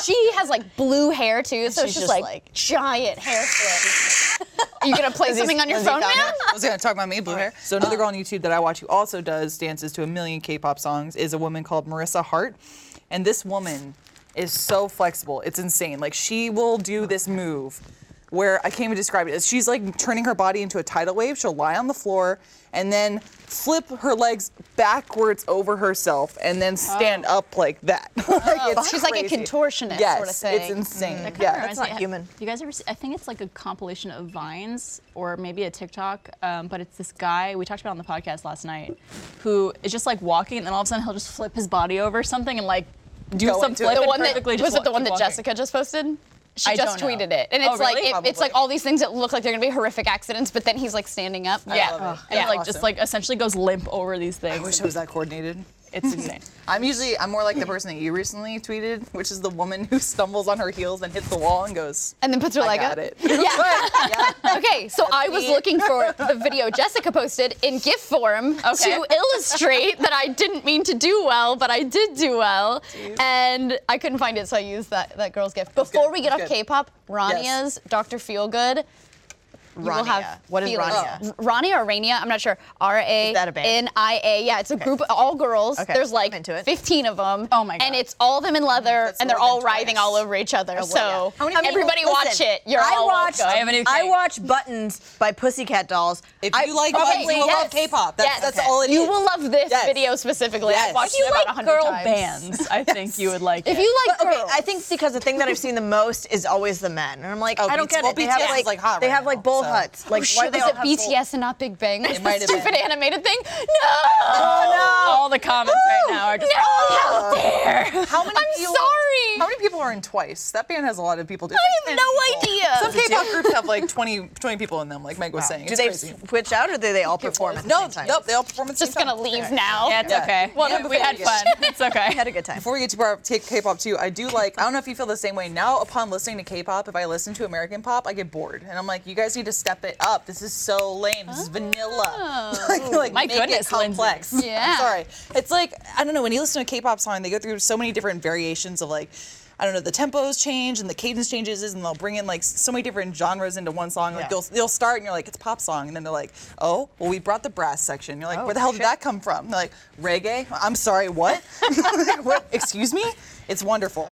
Speaker 5: she has like blue hair too, so it's
Speaker 4: she's
Speaker 5: just,
Speaker 4: just
Speaker 5: like,
Speaker 4: like-
Speaker 5: giant hair flip. Are you gonna play something on your
Speaker 4: Lizzie
Speaker 5: phone
Speaker 4: found
Speaker 5: now?
Speaker 4: it.
Speaker 2: I was gonna talk about me, blue hair. So another girl on YouTube that I watch who also does dances to a million K-pop songs is a woman called Marissa Hart, and this woman is so flexible. It's insane. Like she will do this move where I can't even describe it. It's- She's like turning her body into a tidal wave. She'll lie on the floor and then flip her legs backwards over herself and then stand up like that. [laughs] like, it's
Speaker 5: She's like a
Speaker 2: crazy.
Speaker 5: contortionist
Speaker 2: Yes,
Speaker 5: sort of thing.
Speaker 2: it's insane.
Speaker 3: Kinda
Speaker 2: Yeah,
Speaker 3: reminds
Speaker 4: not
Speaker 3: me-
Speaker 4: human.
Speaker 3: You guys ever see? I think it's like a compilation of vines or maybe a TikTok, um, but it's this guy we talked about on the podcast last night who is just like walking and then all of a sudden he'll just flip his body over something and like do
Speaker 2: Go
Speaker 3: some
Speaker 2: into
Speaker 3: flip.
Speaker 2: it.
Speaker 5: the
Speaker 3: and
Speaker 5: one that
Speaker 3: perfectly just
Speaker 5: was it
Speaker 3: wa-
Speaker 5: the one
Speaker 3: keep
Speaker 5: that
Speaker 3: walking.
Speaker 5: Jessica just posted? She
Speaker 3: I
Speaker 5: just
Speaker 3: don't know.
Speaker 5: tweeted it, and
Speaker 3: Oh,
Speaker 5: it's like
Speaker 3: really?
Speaker 5: it- it's like
Speaker 2: Probably.
Speaker 5: all these things that look like they're gonna be horrific accidents, but then he's like standing up.
Speaker 3: Yeah,
Speaker 2: love it.
Speaker 3: and
Speaker 5: Yeah.
Speaker 3: like just like essentially goes limp over these things.
Speaker 2: I wish I was that coordinated.
Speaker 5: [laughs]
Speaker 3: It's insane.
Speaker 2: I'm usually I'm more like the person that you recently tweeted, which is the woman who stumbles on her heels and hits the wall and goes.
Speaker 5: And then puts her
Speaker 2: I
Speaker 5: leg
Speaker 2: got
Speaker 5: up.
Speaker 2: it.
Speaker 5: [laughs]
Speaker 3: [laughs]
Speaker 5: Yeah. [laughs] okay, so I was
Speaker 2: me.
Speaker 5: looking for the video Jessica posted in
Speaker 4: [laughs]
Speaker 5: GIF form
Speaker 3: Okay.
Speaker 5: to illustrate that I didn't mean to do well, but I did do well, and I couldn't find it, so I used that that girl's GIF. Before we get
Speaker 2: That's
Speaker 5: off
Speaker 2: good.
Speaker 5: K-pop, Rania's Dr. Feelgood. You will have
Speaker 4: Rania. What is Rania?
Speaker 5: feelings. R- Rania or Rania? I'm not sure. R A
Speaker 4: that a band?
Speaker 5: N I A. Yeah, it's a group of all girls.
Speaker 4: Okay,
Speaker 5: There's like
Speaker 4: I'm into it.
Speaker 5: 15 of them.
Speaker 3: Oh my God.
Speaker 5: And it's all of them in leather,
Speaker 2: That's
Speaker 5: and they're
Speaker 2: more
Speaker 5: all
Speaker 2: than twice.
Speaker 5: writhing all over each other.
Speaker 4: yeah.
Speaker 5: So
Speaker 4: How many
Speaker 5: everybody
Speaker 4: people-
Speaker 5: watch
Speaker 4: listen,
Speaker 5: it. You're
Speaker 4: I
Speaker 5: all
Speaker 4: watched,
Speaker 5: welcome.
Speaker 3: I have a new
Speaker 4: I
Speaker 3: thing.
Speaker 4: watched Buttons by Pussycat Dolls.
Speaker 2: If
Speaker 4: I,
Speaker 2: you like
Speaker 5: Okay,
Speaker 2: buttons, you will
Speaker 5: yes.
Speaker 2: love K-pop. That's,
Speaker 5: Yes.
Speaker 2: that's
Speaker 5: Okay.
Speaker 2: all it is.
Speaker 5: you will love this
Speaker 2: Yes.
Speaker 5: video specifically.
Speaker 2: Yes.
Speaker 5: I've watched
Speaker 2: If you
Speaker 5: it about
Speaker 3: like
Speaker 5: 100
Speaker 3: girl
Speaker 5: times.
Speaker 3: bands, I think you would like.
Speaker 5: If
Speaker 3: it.
Speaker 5: you like
Speaker 4: But, okay,
Speaker 5: girls,
Speaker 4: I think it's because the thing that I've seen the most is always the men, and I'm like, I don't
Speaker 2: BTS
Speaker 4: get it. They have Oh,
Speaker 2: is,
Speaker 4: like,
Speaker 2: like, hot
Speaker 4: they
Speaker 2: right
Speaker 4: have like
Speaker 2: now,
Speaker 4: bowl
Speaker 2: so.
Speaker 4: huts. Like why do
Speaker 5: Shit,
Speaker 4: they
Speaker 5: was
Speaker 4: all
Speaker 5: it
Speaker 4: have
Speaker 5: BTS and not Big Bang? It
Speaker 2: might have been.
Speaker 5: stupid animated thing. No.
Speaker 3: all the comments right now
Speaker 5: [laughs]
Speaker 3: are just
Speaker 5: No. How dare.
Speaker 2: How many
Speaker 5: I'm
Speaker 2: people,
Speaker 5: [laughs] sorry.
Speaker 2: How many people are in Twice? That band has a lot of people. I
Speaker 5: have no idea.
Speaker 2: Some K-pop groups have like 20, 20 people in them, like Meg was saying.
Speaker 4: Do
Speaker 2: It's
Speaker 4: they
Speaker 2: crazy.
Speaker 4: switch out or do they all perform at the
Speaker 2: No,
Speaker 4: same time?
Speaker 2: nope. They all perform at the
Speaker 5: Just
Speaker 2: same time.
Speaker 5: gonna leave now.
Speaker 3: Yeah, it's
Speaker 2: Yeah.
Speaker 3: okay.
Speaker 2: Well,
Speaker 3: Yeah,
Speaker 2: no,
Speaker 3: we had
Speaker 2: before we
Speaker 3: fun. It's okay.
Speaker 4: Had a good time.
Speaker 2: Before we get to our take K-pop too, I do like. I don't know if you feel the same way. Now, upon listening to K-pop, if I listen to American pop, I get bored, and I'm like, you guys need to step it up. This is so lame.
Speaker 5: Oh.
Speaker 2: This is vanilla. [laughs] like, like,
Speaker 3: My
Speaker 2: make
Speaker 3: goodness,
Speaker 2: it complex.
Speaker 3: Lindsay.
Speaker 2: I'm
Speaker 5: Yeah.
Speaker 2: sorry. It's like I don't know. When you listen to a K-pop song, they go through so many different variations of like. I don't know. The tempos change and the cadence changes, and they'll bring in like so many different genres into one song. Like
Speaker 4: Yeah.
Speaker 2: they'll, they'll start and you're like, it's pop song, and then they're like, oh, well, we brought the brass section. You're like, where the hell did that come from? They're like, reggae. I'm sorry, [laughs] what? What? Excuse me? It's wonderful.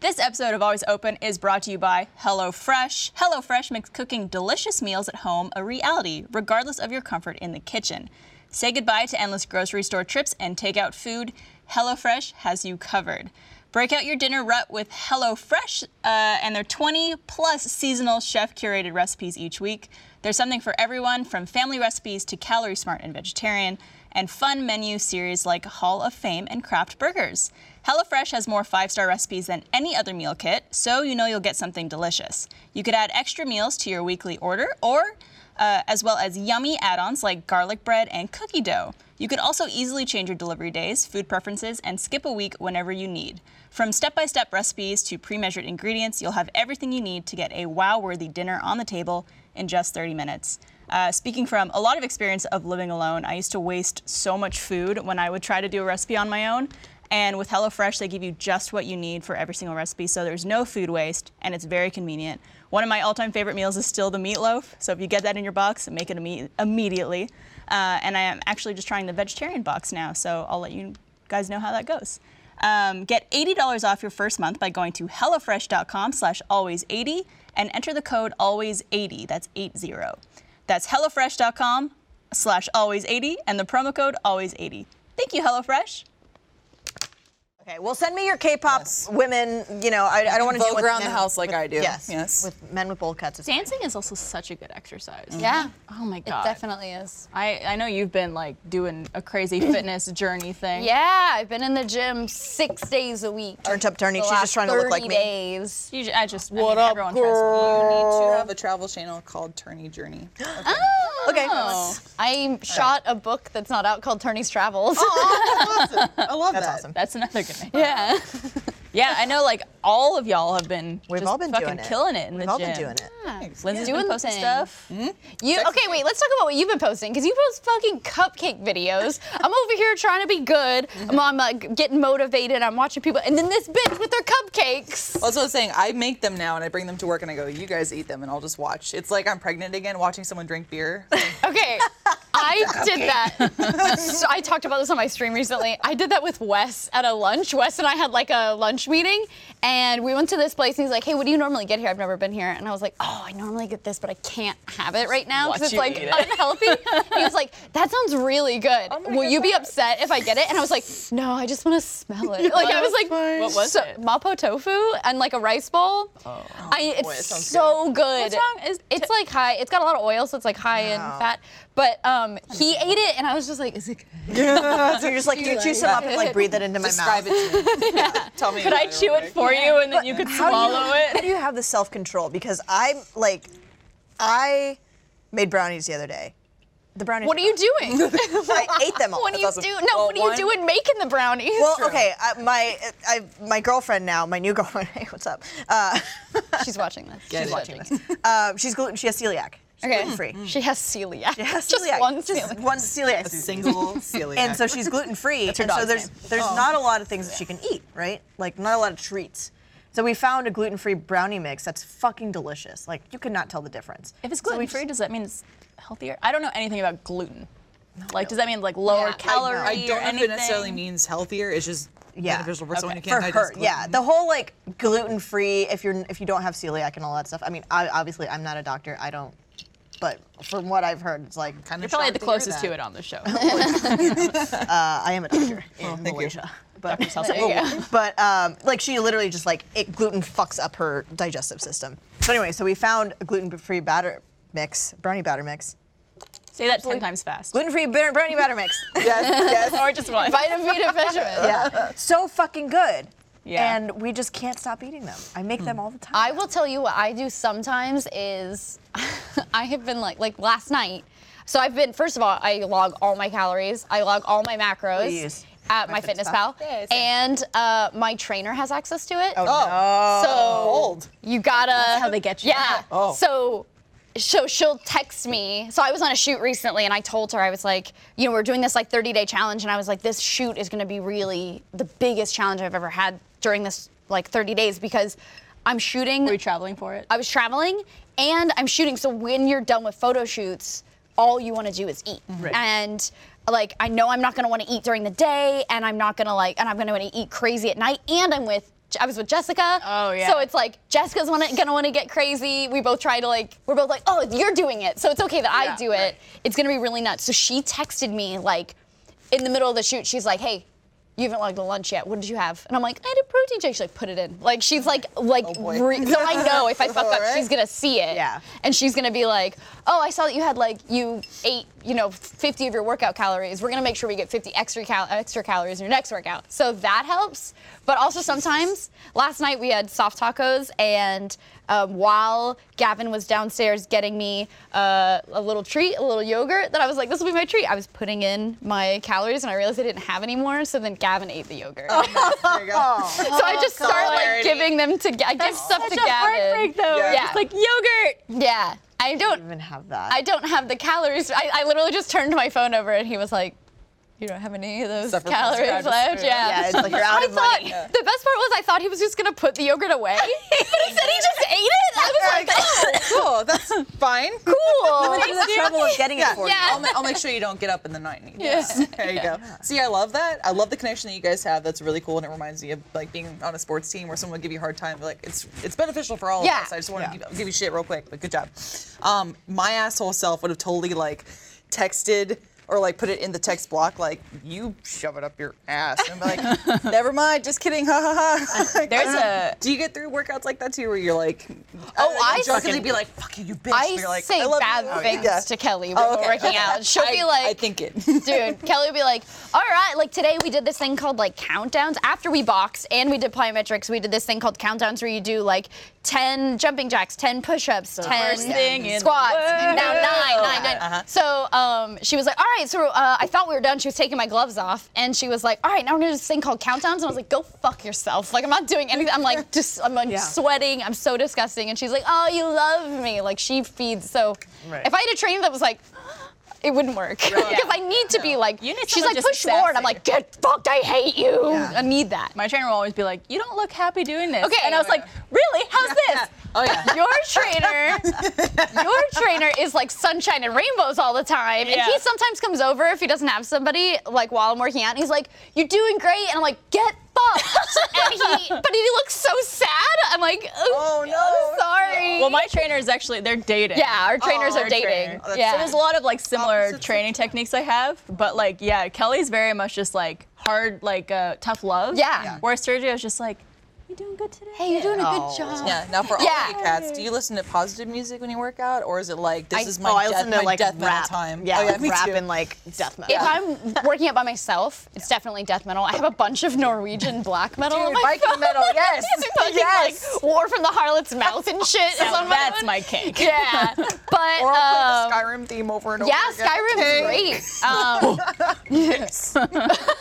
Speaker 3: This episode of Always Open is brought to you by HelloFresh. HelloFresh makes cooking delicious meals at home a reality, regardless of your comfort in the kitchen. Say goodbye to endless grocery store trips and takeout food. HelloFresh has you covered. Break out your dinner rut with HelloFresh uh, and their 20 plus seasonal chef curated recipes each week. There's something for everyone, from family recipes to calorie smart and vegetarian. and fun menu series like Hall of Fame and Craft Burgers. HelloFresh has more five star recipes than any other meal kit, so you know you'll get something delicious. You could add extra meals to your weekly order or uh, as well as yummy add ons like garlic bread and cookie dough. You can also easily change your delivery days, food preferences, and skip a week whenever you need. From step by step recipes to pre measured ingredients, you'll have everything you need to get a wow worthy dinner on the table in just 30 minutes. Uh, speaking from a lot of experience of living alone, I used to waste so much food when I would try to do a recipe on my own. And with HelloFresh, they give you just what you need for every single recipe, so there's no food waste, and it's very convenient. One of my all-time favorite meals is still the meatloaf, so if you get that in your box, make it imme- immediately. Uh, and I am actually just trying the vegetarian box now, so I'll let you guys know how that goes. Um, get $80 off your first month by going to HelloFresh.com slash always80 and enter the code always80, that's 80. That's HelloFresh.com slash always80 and the promo code always80. Thank you, HelloFresh.
Speaker 4: Okay, well, send me your K-pop women. You know, I, I don't want to
Speaker 2: Vogue around the house like I do.
Speaker 4: Yes,
Speaker 2: Yes.
Speaker 4: with men with bowl cuts. It's
Speaker 3: Dancing is also such a good exercise.
Speaker 5: Yeah.
Speaker 3: Oh my
Speaker 5: It
Speaker 3: god.
Speaker 5: definitely is.
Speaker 3: I, I know you've been like doing a
Speaker 5: [laughs]
Speaker 3: crazy fitness journey thing.
Speaker 5: Yeah, I've been in the gym six days a week.
Speaker 4: Turned up turny.
Speaker 5: the
Speaker 4: She's
Speaker 5: last
Speaker 4: just trying to look like
Speaker 5: 30
Speaker 4: me.
Speaker 5: days.
Speaker 3: You, ju- I just what I mean, everyone tries to
Speaker 2: You two have a travel channel called Tourney Journey.
Speaker 4: Okay.
Speaker 5: Oh. I shot a book that's not out called Turney's Travels.
Speaker 2: [gasps] I love that.
Speaker 4: awesome.
Speaker 3: That's another good name.
Speaker 5: [laughs] yeah.
Speaker 3: Yeah, I know like all of y'all have been
Speaker 4: We've
Speaker 3: just
Speaker 4: all been
Speaker 3: fucking
Speaker 4: doing it.
Speaker 3: killing it in
Speaker 4: We've
Speaker 3: the
Speaker 4: all
Speaker 3: gym.
Speaker 4: been doing it.
Speaker 3: Lindsay's been
Speaker 5: Doing
Speaker 3: posting
Speaker 5: thing.
Speaker 3: stuff.
Speaker 5: You okay? Wait, let's talk about what you've been posting because you post fucking cupcake videos. I'm over here trying to be good. I'm, I'm like, getting motivated. I'm watching people, and then this bitch with their cupcakes.
Speaker 2: Well, that's what I was saying. I make them now and I bring them to work and I go, you guys eat them and I'll just watch. It's like I'm pregnant again watching someone drink [laughs] beer.
Speaker 5: Okay, I did that. So I talked about this on my stream recently. I did that with Wes at a lunch. Wes and I had like a lunch meeting, and we went to this place, and he's like, "Hey, what do you normally get here? I've never been here." And I was like, "Oh, I normally get this, but I can't have it right now
Speaker 3: Watch
Speaker 5: because it's
Speaker 3: you
Speaker 5: like
Speaker 3: eat it. [laughs]
Speaker 5: unhealthy." he was like, "That sounds really good. Will you be upset if I get it?" And I was like, "No, I just want to smell it." Like I was like,
Speaker 3: What was it?
Speaker 5: Mapo tofu and like a rice ball. Oh, I, it's so good.
Speaker 3: What's wrong? Is-
Speaker 5: it's like high. It's got a lot of oil, so it's like high in fat. But um, he ate it, and I was just like, "Is it good?"
Speaker 4: So you're just like, you chew some up and like breathe it into my
Speaker 2: Describe
Speaker 4: mouth.
Speaker 2: it to me. [laughs] Tell me.
Speaker 3: Could I chew it for you and then you could swallow
Speaker 4: do you, How
Speaker 3: it?
Speaker 4: do you have the self control? Because I'm like, I made brownies the other day. The brownies.
Speaker 5: What
Speaker 4: [laughs]
Speaker 5: are you doing? [laughs] what
Speaker 4: I ate them all.
Speaker 5: do you
Speaker 2: awesome.
Speaker 5: do? No,
Speaker 2: Well,
Speaker 5: what do
Speaker 2: one-
Speaker 5: you do in making the brownies?
Speaker 4: Well, okay, I, my I, my girlfriend now, my new [laughs] girlfriend. Hey, what's up? Uh,
Speaker 5: [laughs] she's watching this.
Speaker 2: Get
Speaker 5: she's
Speaker 2: it.
Speaker 5: watching.
Speaker 4: uh, she's gluten. She has celiac. She's
Speaker 5: Okay.
Speaker 4: gluten free.
Speaker 5: She has celiac. She
Speaker 4: has
Speaker 5: just
Speaker 4: celiac.
Speaker 5: one
Speaker 4: Just
Speaker 5: celiac.
Speaker 4: one celiac.
Speaker 2: A [laughs] single celiac.
Speaker 4: and so she's gluten free. And
Speaker 5: her
Speaker 4: so
Speaker 5: dog's
Speaker 4: there's
Speaker 5: name. Oh.
Speaker 4: there's not a lot of things that she can eat, right? Like not a lot of treats. So we found a gluten free brownie mix that's fucking delicious. Like you could not tell the difference.
Speaker 3: If it's
Speaker 4: So we
Speaker 3: gluten free, does that mean it's healthier? I don't know anything about gluten. Like, does that mean like lower
Speaker 5: Yeah, I-
Speaker 3: calorie
Speaker 2: I don't know
Speaker 3: or anything?
Speaker 2: if it necessarily means healthier. It's just
Speaker 4: Yeah.
Speaker 2: beneficial for someone who
Speaker 3: Okay.
Speaker 2: can't
Speaker 4: for
Speaker 2: digest
Speaker 4: her, yeah,
Speaker 2: gluten.
Speaker 4: the whole like gluten free. If you're if you don't have celiac and all that stuff, I mean, I, obviously I'm not a doctor, I don't. But from what I've heard, it's like
Speaker 2: Kinda
Speaker 3: You're probably
Speaker 2: shocked
Speaker 3: the
Speaker 2: to hear
Speaker 3: closest
Speaker 2: that.
Speaker 3: to it on the [laughs] show.
Speaker 4: I am a
Speaker 3: [clears throat]
Speaker 4: doctor in
Speaker 2: you.
Speaker 4: Malaysia. But,
Speaker 3: There you go.
Speaker 4: but um, like she literally just like it gluten fucks up her digestive system. So anyway, so we found a gluten-free batter mix, brownie batter mix,
Speaker 3: Say that ten times fast.
Speaker 4: gluten-free bar- brownie batter
Speaker 3: [laughs]
Speaker 4: mix.
Speaker 2: Yes, yes.
Speaker 3: Or just one.
Speaker 5: Vitamin B [laughs] deficient.
Speaker 4: yeah, so fucking good.
Speaker 3: Yeah.
Speaker 4: And we just can't stop eating them. I make them all the time.
Speaker 5: I will tell you what I do sometimes is [laughs] I have been like like last night. So I've been first of all I log all my calories, I log all my macros
Speaker 4: Please.
Speaker 5: at my, fitness pal,
Speaker 2: Yeah, same.
Speaker 5: and uh, my trainer has access to it.
Speaker 2: Oh,
Speaker 5: So
Speaker 2: old.
Speaker 5: you gotta. That's
Speaker 3: how they get you.
Speaker 5: Yeah.
Speaker 2: Oh.
Speaker 5: So. So she'll text me. So I was on a shoot recently, and I told her I was like, you know, we're doing this like 30-day challenge, and I was like, this shoot is going to be really the biggest challenge I've ever had during this like 30 days because I'm shooting.
Speaker 3: Were you traveling for it?
Speaker 5: I was traveling and I'm shooting. So when you're done with photo shoots, all you want to do is eat.
Speaker 3: Mm-hmm.
Speaker 5: And like I know I'm not gonna want to eat during the day, and I'm not gonna like, and I'm gonna want to eat crazy at night. And I'm with, I was with Jessica.
Speaker 3: Oh, yeah.
Speaker 5: So it's like Jessica's wanna, gonna want to get crazy. We both try to like, we're both like, oh, you're doing it, so it's okay that
Speaker 3: Yeah,
Speaker 5: I do it.
Speaker 3: right.
Speaker 5: It's gonna be really nuts. So she texted me like, in the middle of the shoot, she's like, hey. You haven't logged the lunch yet. What did you have? And I'm like, I had a protein shake. She's like, put it in. Like she's like, like, re- so I know if I fuck up, she's gonna see it.
Speaker 4: Yeah.
Speaker 5: And she's gonna be like, oh, I saw that you had like you ate you know, 50 of your workout calories. We're gonna make sure we get 50 extra cal- extra calories in your next workout. So that helps. But also sometimes, last night we had soft tacos, and um, while Gavin was downstairs getting me uh, a little treat, a little yogurt, that I was like, this will be my treat. I was putting in my calories, and I realized I didn't have any more. So then Gavin ate the yogurt.
Speaker 3: Oh,
Speaker 2: There you go. [laughs]
Speaker 5: so I just start like
Speaker 2: Solidarity.
Speaker 5: giving them to. Ga- I give stuff to
Speaker 3: Such a
Speaker 5: Gavin.
Speaker 3: heartbreak though.
Speaker 2: Yeah.
Speaker 3: Just like yogurt.
Speaker 5: Yeah, I
Speaker 4: I
Speaker 5: don't.
Speaker 4: don't even have that.
Speaker 5: I don't have the calories. I, I literally just turned my phone over and he was like, "You don't have any of those
Speaker 2: Suffer from
Speaker 5: calories
Speaker 2: scribes'
Speaker 5: left."
Speaker 2: food.
Speaker 5: Yeah. [laughs]
Speaker 4: yeah, it's like you're out
Speaker 5: I
Speaker 4: of
Speaker 5: thought
Speaker 4: money.
Speaker 5: the best part was I thought he was just gonna put the yogurt away, but instead he just ate it.
Speaker 2: [laughs]
Speaker 5: I was like, "Oh,
Speaker 2: cool. That's fine. Cool.
Speaker 4: Went through the trouble of getting it for
Speaker 5: Yeah.
Speaker 4: you.
Speaker 2: I'll, ma- I'll make sure you don't get up in the night. And eat this. [laughs] There you go. See, I love that. I love the connection that you guys have. That's really cool, and it reminds me of like being on a sports team where someone would give you a hard time. but, Like it's it's beneficial for all
Speaker 5: Yeah.
Speaker 2: of us. I just want to give, give you shit real quick, but good job. Um, my asshole self would have totally like texted. Or like put it in the text block, like you shove it up your ass, and be
Speaker 5: [laughs]
Speaker 2: like, "Never mind, just kidding, ha ha ha." [laughs] Like, I
Speaker 3: There's
Speaker 2: don't know.
Speaker 3: a-
Speaker 2: Do you get through workouts like that too, where you're like,
Speaker 5: Oh, I
Speaker 2: jokingly
Speaker 5: fucking-
Speaker 2: be like, "Fuck you, you bitch."
Speaker 5: I
Speaker 2: and you're like,
Speaker 5: say
Speaker 2: I love
Speaker 5: bad
Speaker 2: you. Oh,
Speaker 5: things
Speaker 2: yeah.
Speaker 5: to Kelly when
Speaker 2: Oh,
Speaker 5: we're
Speaker 2: okay,
Speaker 5: working
Speaker 2: okay.
Speaker 5: out. She'll
Speaker 2: I-
Speaker 5: be like,
Speaker 2: I think
Speaker 5: [laughs]
Speaker 2: it.
Speaker 5: dude, Kelly would be like, all right, like today we did this thing called like countdowns after we boxed and we did plyometrics. We did this thing called countdowns where you do like 10 jumping jacks, 10 push ups, 10
Speaker 3: first thing in the
Speaker 5: squats,
Speaker 3: world. Uh-huh.
Speaker 5: now nine, nine, nine. So um, she was like, all right, so uh, I thought we were done. She was taking my gloves off and she was like, all right, now we're gonna do this thing called countdowns. And I was like, go fuck yourself. Like, I'm not doing anything. I'm like, just, I'm like, sweating. I'm so disgusting. And she's like, oh, you love me. Like, she feeds. So
Speaker 4: Right.
Speaker 5: if I had a trainer that was like, it wouldn't work because [laughs] I need to be like.
Speaker 3: You need
Speaker 5: she's
Speaker 3: someone
Speaker 5: like
Speaker 3: just
Speaker 5: push more, and I'm
Speaker 3: sassy.
Speaker 5: like get fucked. I hate you. I need that.
Speaker 3: My trainer will always be like, "You don't look happy doing this."
Speaker 5: Okay.
Speaker 3: and I was like, "Really? How's [laughs] this?"
Speaker 2: Oh yeah.
Speaker 5: Your trainer, [laughs] your trainer is like sunshine and rainbows all the time, and
Speaker 3: Yeah.
Speaker 5: he sometimes comes over if he doesn't have somebody like while I'm working out, and he's like, "You're doing great," and I'm like, "Get
Speaker 3: [laughs]
Speaker 5: fucked," and he, but he looks so sad. I'm like,
Speaker 2: Oh,
Speaker 5: "Oh,
Speaker 2: no.
Speaker 5: sorry."
Speaker 3: Well, my trainer is actually they're dating.
Speaker 5: yeah, our trainers
Speaker 3: Oh,
Speaker 5: are
Speaker 3: our
Speaker 5: dating.
Speaker 3: trainer. Oh, that's
Speaker 5: yeah.
Speaker 3: So there's a lot of like similar
Speaker 2: Opposites
Speaker 3: training techniques I have, but like yeah, Kelly's very much just like hard, like uh, tough love.
Speaker 5: Yeah. Yeah.
Speaker 3: Whereas Sergio's just like, you doing good today?
Speaker 5: Hey, you're doing a good
Speaker 4: Oh.
Speaker 5: job.
Speaker 2: Yeah. Now for
Speaker 5: Yeah.
Speaker 2: all of you cats, do you listen to positive music when you work out, or is it like this
Speaker 4: I-
Speaker 2: is my
Speaker 4: oh, I
Speaker 2: death,
Speaker 4: listen
Speaker 2: my
Speaker 4: to like
Speaker 2: death metal
Speaker 4: rap.
Speaker 2: time?
Speaker 4: Yeah,
Speaker 2: oh,
Speaker 4: like
Speaker 2: me
Speaker 4: rap
Speaker 2: too.
Speaker 4: and like death metal.
Speaker 5: If I'm working out by myself, it's definitely death metal. I have a bunch of Norwegian black metal on
Speaker 2: Dude,
Speaker 5: my
Speaker 2: Viking
Speaker 5: phone. [laughs]
Speaker 2: metal, yes.
Speaker 5: Fucking,
Speaker 2: Yes.
Speaker 5: Like, War from the Harlot's
Speaker 2: [laughs]
Speaker 5: Mouth and shit is
Speaker 3: Now
Speaker 5: on my
Speaker 3: that's
Speaker 5: phone.
Speaker 3: my cake.
Speaker 5: [laughs] Yeah, but
Speaker 2: [laughs] Or I'll
Speaker 5: um,
Speaker 2: play the Skyrim theme over and over.
Speaker 5: yeah,
Speaker 2: again.
Speaker 5: Skyrim's
Speaker 2: Hey.
Speaker 5: great. Um, yes. [laughs]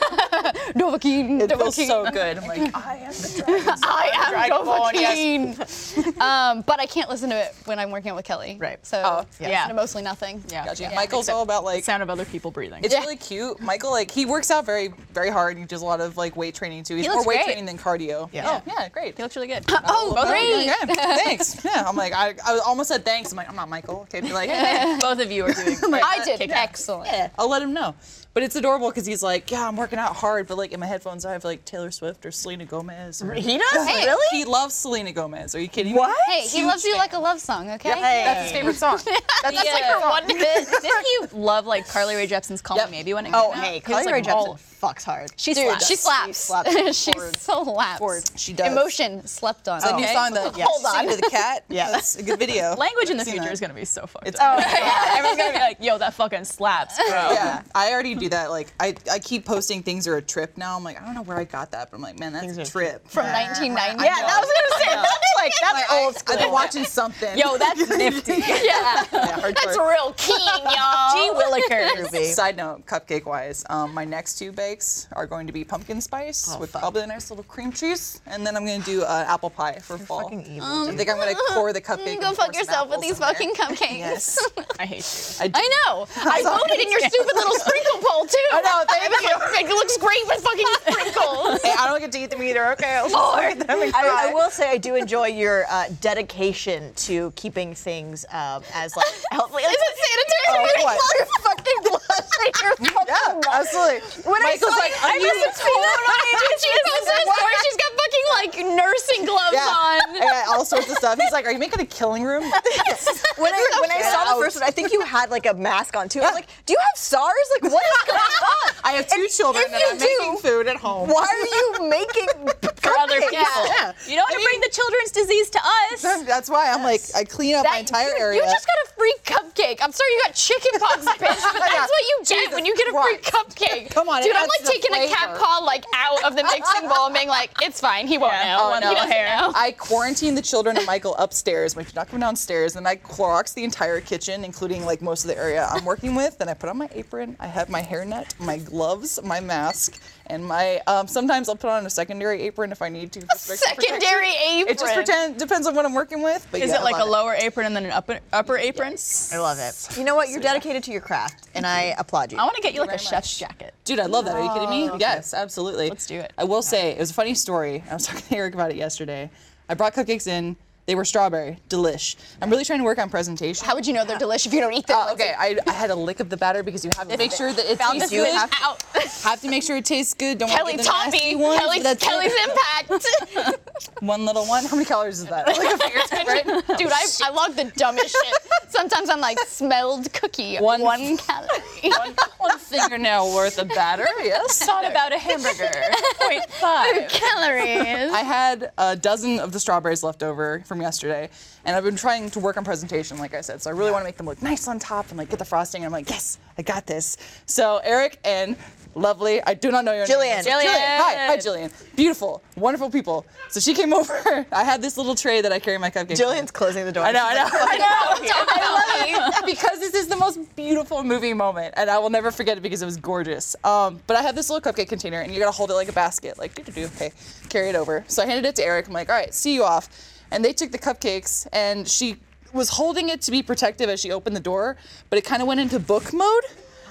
Speaker 2: [laughs]
Speaker 5: Dovahkiin,
Speaker 2: It feels
Speaker 5: Dovahkiin. [laughs]
Speaker 2: so good. I'm like, I am the dragon.
Speaker 5: I am
Speaker 2: Dragon Ball, yes.
Speaker 5: Dovahkiin.
Speaker 2: [laughs]
Speaker 5: um, but I can't listen to it when I'm working out with Kelly.
Speaker 4: Right.
Speaker 5: So
Speaker 2: Oh,
Speaker 5: yeah.
Speaker 3: yeah.
Speaker 5: mostly nothing.
Speaker 3: Yeah.
Speaker 5: [laughs]
Speaker 2: Gotcha.
Speaker 3: Yeah.
Speaker 2: Michael's all about like
Speaker 3: Sound of other people breathing.
Speaker 2: It's
Speaker 5: Yeah.
Speaker 2: really cute. Michael, like, he works out very, very hard. and He does a lot of like weight training too. He's more
Speaker 3: looks
Speaker 2: weight
Speaker 3: great.
Speaker 2: training than cardio.
Speaker 4: Yeah.
Speaker 2: Oh, yeah, great.
Speaker 3: he looks really good.
Speaker 5: Oh,
Speaker 2: Both of
Speaker 5: great.
Speaker 2: you. Okay,
Speaker 5: [laughs]
Speaker 2: thanks. Yeah, I'm like, I, I almost said thanks. I'm like, I'm not Michael. Okay, be like, hey,
Speaker 3: [laughs] Both of you are [laughs] doing. great.
Speaker 5: I did excellent.
Speaker 2: I'll let him know. But it's adorable because he's like, yeah, I'm working out hard, but like in my headphones, I have like Taylor Swift or Selena Gomez. Or,
Speaker 4: he does
Speaker 5: Hey.
Speaker 4: really?
Speaker 2: He loves Selena Gomez. Are you kidding me?
Speaker 4: What?
Speaker 5: Hey, he loves you like a love song, okay?
Speaker 2: That's his favorite
Speaker 5: [laughs]
Speaker 2: song.
Speaker 3: That's
Speaker 5: just like her one
Speaker 3: Did, [laughs] not you love like Carly Rae Jepsen's "Call
Speaker 2: Yep.
Speaker 3: Me Maybe" when it
Speaker 4: Oh,
Speaker 3: came out?
Speaker 4: hey,
Speaker 3: He was,
Speaker 4: Carly Rae
Speaker 3: like, all
Speaker 4: Jepsen fucks hard.
Speaker 5: She,
Speaker 3: Dude,
Speaker 5: slaps.
Speaker 3: she
Speaker 4: slaps.
Speaker 5: slaps.
Speaker 4: She
Speaker 5: [laughs] she slaps.
Speaker 2: She does.
Speaker 5: Emotion slept on.
Speaker 2: That new
Speaker 5: okay?
Speaker 2: song that
Speaker 4: Yes.
Speaker 2: hold on to the cat.
Speaker 4: Yeah.
Speaker 2: that's a good video.
Speaker 3: Language in the
Speaker 2: Seen
Speaker 3: future
Speaker 2: that.
Speaker 3: is gonna be so fucked [laughs]
Speaker 2: It's-
Speaker 3: up. oh, Everyone's gonna be like, "Yo, that fucking [laughs] slaps, bro."
Speaker 2: Yeah, I already do that. Like, I, I keep posting things are a trip now. I'm like, I don't know where I got that, but I'm like, man, that's a trip.
Speaker 5: from 1990.
Speaker 4: Yeah, that was gonna say that's like that's
Speaker 2: Like,
Speaker 4: old
Speaker 2: I,
Speaker 4: school.
Speaker 2: I've been watching something.
Speaker 3: Yo,
Speaker 2: [laughs]
Speaker 3: that's nifty.
Speaker 5: yeah.
Speaker 2: Yeah, hardcore.
Speaker 5: That's real keen, [laughs] y'all.
Speaker 3: G.
Speaker 2: [laughs]
Speaker 3: Willikers.
Speaker 4: Groovy.
Speaker 2: Side note, cupcake wise, um, my next two bakes are going to be pumpkin spice
Speaker 5: Oh,
Speaker 2: with probably a nice little cream cheese, and then I'm going to do uh, apple pie for fall.
Speaker 4: Fucking evil,
Speaker 2: I
Speaker 4: dude.
Speaker 2: think I'm going to core the cupcake.
Speaker 5: Um, Mm, Go
Speaker 2: and pour some
Speaker 5: fuck yourself with
Speaker 2: apples
Speaker 5: these
Speaker 2: in there.
Speaker 5: fucking cupcakes.
Speaker 2: Yes.
Speaker 3: I hate
Speaker 2: I do.
Speaker 5: I know. [laughs] I voted in your stupid [laughs] little sprinkle poll too. I [laughs]
Speaker 2: know, thank
Speaker 5: was like, it looks great with fucking sprinkles.
Speaker 2: Hey, I don't get to eat them either. Okay. I'll just eat them and
Speaker 4: I, I
Speaker 2: cry.
Speaker 4: will say I do enjoy your uh, dedication to keeping things um, as [laughs] like healthy. Is
Speaker 5: it
Speaker 4: Oh,
Speaker 5: sanitary?
Speaker 4: what?
Speaker 3: [laughs]
Speaker 5: Your fucking blood. Your fucking
Speaker 2: Yeah, absolutely.
Speaker 4: When I
Speaker 2: Michael's
Speaker 4: saw
Speaker 2: like,
Speaker 4: you-
Speaker 2: I need
Speaker 5: She's [laughs] story. She's got fucking like nursing gloves
Speaker 2: Yeah, [laughs]
Speaker 5: on.
Speaker 2: I got all sorts of stuff. He's like, "Are you making a killing
Speaker 5: [laughs]
Speaker 2: room?"
Speaker 4: When I, when I saw
Speaker 2: Ouch.
Speaker 4: the first one, I think you had like a mask on too. I was like, do you have SARS? Like, what [laughs] is going on?
Speaker 2: I have two
Speaker 4: If-
Speaker 2: children,
Speaker 4: if
Speaker 2: and
Speaker 4: you
Speaker 2: I'm
Speaker 4: do,
Speaker 2: making food at home.
Speaker 4: Why are you making
Speaker 3: for other
Speaker 4: cupcakes?
Speaker 3: people. You don't want to bring the children's disease to us.
Speaker 2: That's why I'm like, I clean up my entire
Speaker 5: you,
Speaker 2: area.
Speaker 5: You just gotta free cupcake. I'm sorry you got
Speaker 2: [laughs]
Speaker 5: chicken pox, bitch, but that's what you get when you get a free
Speaker 2: Christ.
Speaker 5: cupcake.
Speaker 2: Come on, it
Speaker 5: dude. I'm
Speaker 2: adds
Speaker 5: like
Speaker 2: the
Speaker 5: taking a cat
Speaker 2: flavor.
Speaker 5: paw like out of the mixing bowl and being like, it's fine. He won't
Speaker 3: Yeah,
Speaker 5: know.
Speaker 3: oh,
Speaker 5: he
Speaker 3: no,
Speaker 5: doesn't
Speaker 3: hair.
Speaker 2: [laughs]
Speaker 5: know.
Speaker 2: I quarantined the children and Michael upstairs. We could not come downstairs. Then I Cloroxed the entire kitchen, including like most of the area I'm working with. Then I put on my apron. I have my hairnet, my gloves, my mask, and my. Um, sometimes I'll put on a secondary apron if I need to. just for extra protection.
Speaker 5: Secondary apron.
Speaker 2: It just pretend, depends on what I'm working with. But
Speaker 3: Is
Speaker 2: yeah,
Speaker 3: it like
Speaker 2: I
Speaker 3: a
Speaker 2: love
Speaker 3: lower apron and then an upper, upper apron?
Speaker 4: I love it. You know what? You're dedicated to your craft, and I applaud you.
Speaker 3: I want to get you like a chef's jacket.
Speaker 2: Dude, I love that. Are you kidding me? Yes, absolutely.
Speaker 3: Oh, Let's do it.
Speaker 2: I will say it was a funny story. I was [laughs] talking to Eric about it yesterday. I brought cupcakes in. They were strawberry, delish. I'm really trying to work on presentation.
Speaker 5: How would [laughs] you know they're delicious if you don't eat them?
Speaker 2: Uh, okay, I, I had a lick of the batter because you have to make sure that it
Speaker 5: Found
Speaker 2: tastes
Speaker 5: this
Speaker 2: good.
Speaker 5: food out.
Speaker 2: Have to make sure it tastes good. Don't
Speaker 5: Kelly
Speaker 2: want to get the
Speaker 5: taught
Speaker 2: nasty
Speaker 5: me.
Speaker 2: ones.
Speaker 5: Kelly,
Speaker 2: That's
Speaker 5: Kelly's impact.
Speaker 2: one little one. How many calories is that? [laughs] Like a fingertip, right?
Speaker 5: Dude, I, I log the dumbest shit. Sometimes I'm like, smelled cookie.
Speaker 2: One-
Speaker 5: one calorie.
Speaker 2: One fingernail worth of batter. Yes.
Speaker 3: Thought about a hamburger. Point five.
Speaker 5: [laughs] calories.
Speaker 2: I had a dozen of the strawberries left over from yesterday, and I've been trying to work on presentation, like I said. So I really want to make them look nice on top and like get the frosting. And I'm like, yes, I got this. So Eric and lovely, I do not know your
Speaker 4: Jillian.
Speaker 2: name. Hi, hi, Jillian. Beautiful, wonderful people. So she came [laughs] over. I had this little tray that I carry my cupcakes. in.
Speaker 4: Jillian's closing the door.
Speaker 2: I know, [laughs] I know, I
Speaker 3: [laughs]
Speaker 2: know.
Speaker 5: I
Speaker 2: [laughs]
Speaker 5: love
Speaker 2: because this is the most beautiful movie moment, and I will never forget it because it was gorgeous. Um, but I have this little cupcake container, and you gotta hold it like a basket, like do do do. Okay, carry it over. So I handed it to Eric. I'm like, all right, see you off. And they took the cupcakes, and she was holding it to be protective as she opened the door, but it kind of went into book mode.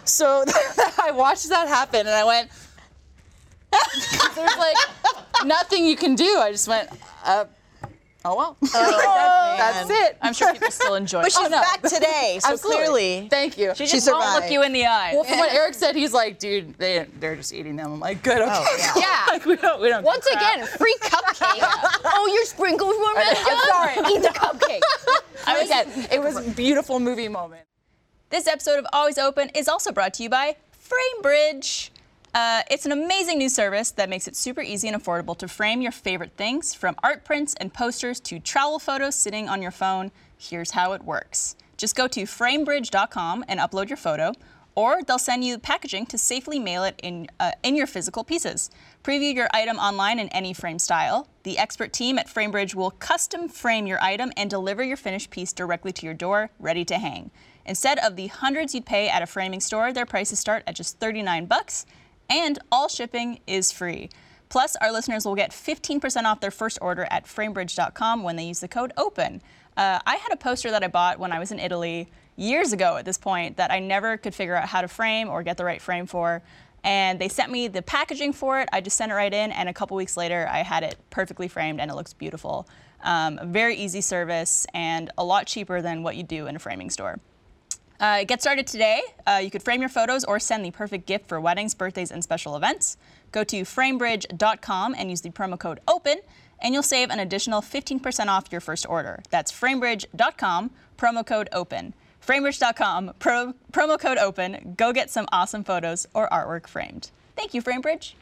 Speaker 2: So [laughs] I watched that happen, and I went. [laughs] There's like nothing you can do. I just went. Uh, oh well. [laughs] that's, that's it.
Speaker 3: I'm sure people still enjoy
Speaker 4: But
Speaker 3: it.
Speaker 4: she's
Speaker 2: no.
Speaker 4: back today, so
Speaker 2: Absolutely.
Speaker 4: clearly.
Speaker 2: Thank you.
Speaker 4: She
Speaker 2: She
Speaker 4: just
Speaker 2: just
Speaker 4: survived.
Speaker 3: Look you in the eye.
Speaker 2: Well, from what Eric said, he's like, dude, they they're just eating them. I'm like, good, okay.
Speaker 4: yeah.
Speaker 5: Yeah.
Speaker 2: [laughs] like, we don't we don't.
Speaker 5: Once again, free cupcake. [laughs] oh, your sprinkles were messed
Speaker 2: I'm
Speaker 5: up. Eat the cupcake.
Speaker 2: I again, it was a [laughs] beautiful movie moment.
Speaker 3: This episode of Always Open is also brought to you by FrameBridge. Uh, it's an amazing new service that makes it super easy and affordable to frame your favorite things, from art prints and posters to travel photos sitting on your phone. Here's how it works just go to framebridge.com and upload your photo, or they'll send you packaging to safely mail it in, uh, in your physical pieces. Preview your item online in any frame style. The expert team at FrameBridge will custom frame your item and deliver your finished piece directly to your door, ready to hang. Instead of the hundreds you'd pay at a framing store, their prices start at just 39 bucks, and all shipping is free. Plus, our listeners will get 15% off their first order at framebridge.com when they use the code OPEN. Uh, I had a poster that I bought when I was in Italy years ago at this point that I never could figure out how to frame or get the right frame for. And they sent me the packaging for it. I just sent it right in, and a couple weeks later, I had it perfectly framed and it looks beautiful. Um, a very easy service and a lot cheaper than what you do in a framing store. Uh, get started today. Uh, you could frame your photos or send the perfect gift for weddings, birthdays, and special events. Go to framebridge.com and use the promo code OPEN, and you'll save an additional 15% off your first order. That's framebridge.com, promo code OPEN. Framebridge.com, pro- promo code OPEN. Go get some awesome photos or artwork framed. Thank you, Framebridge.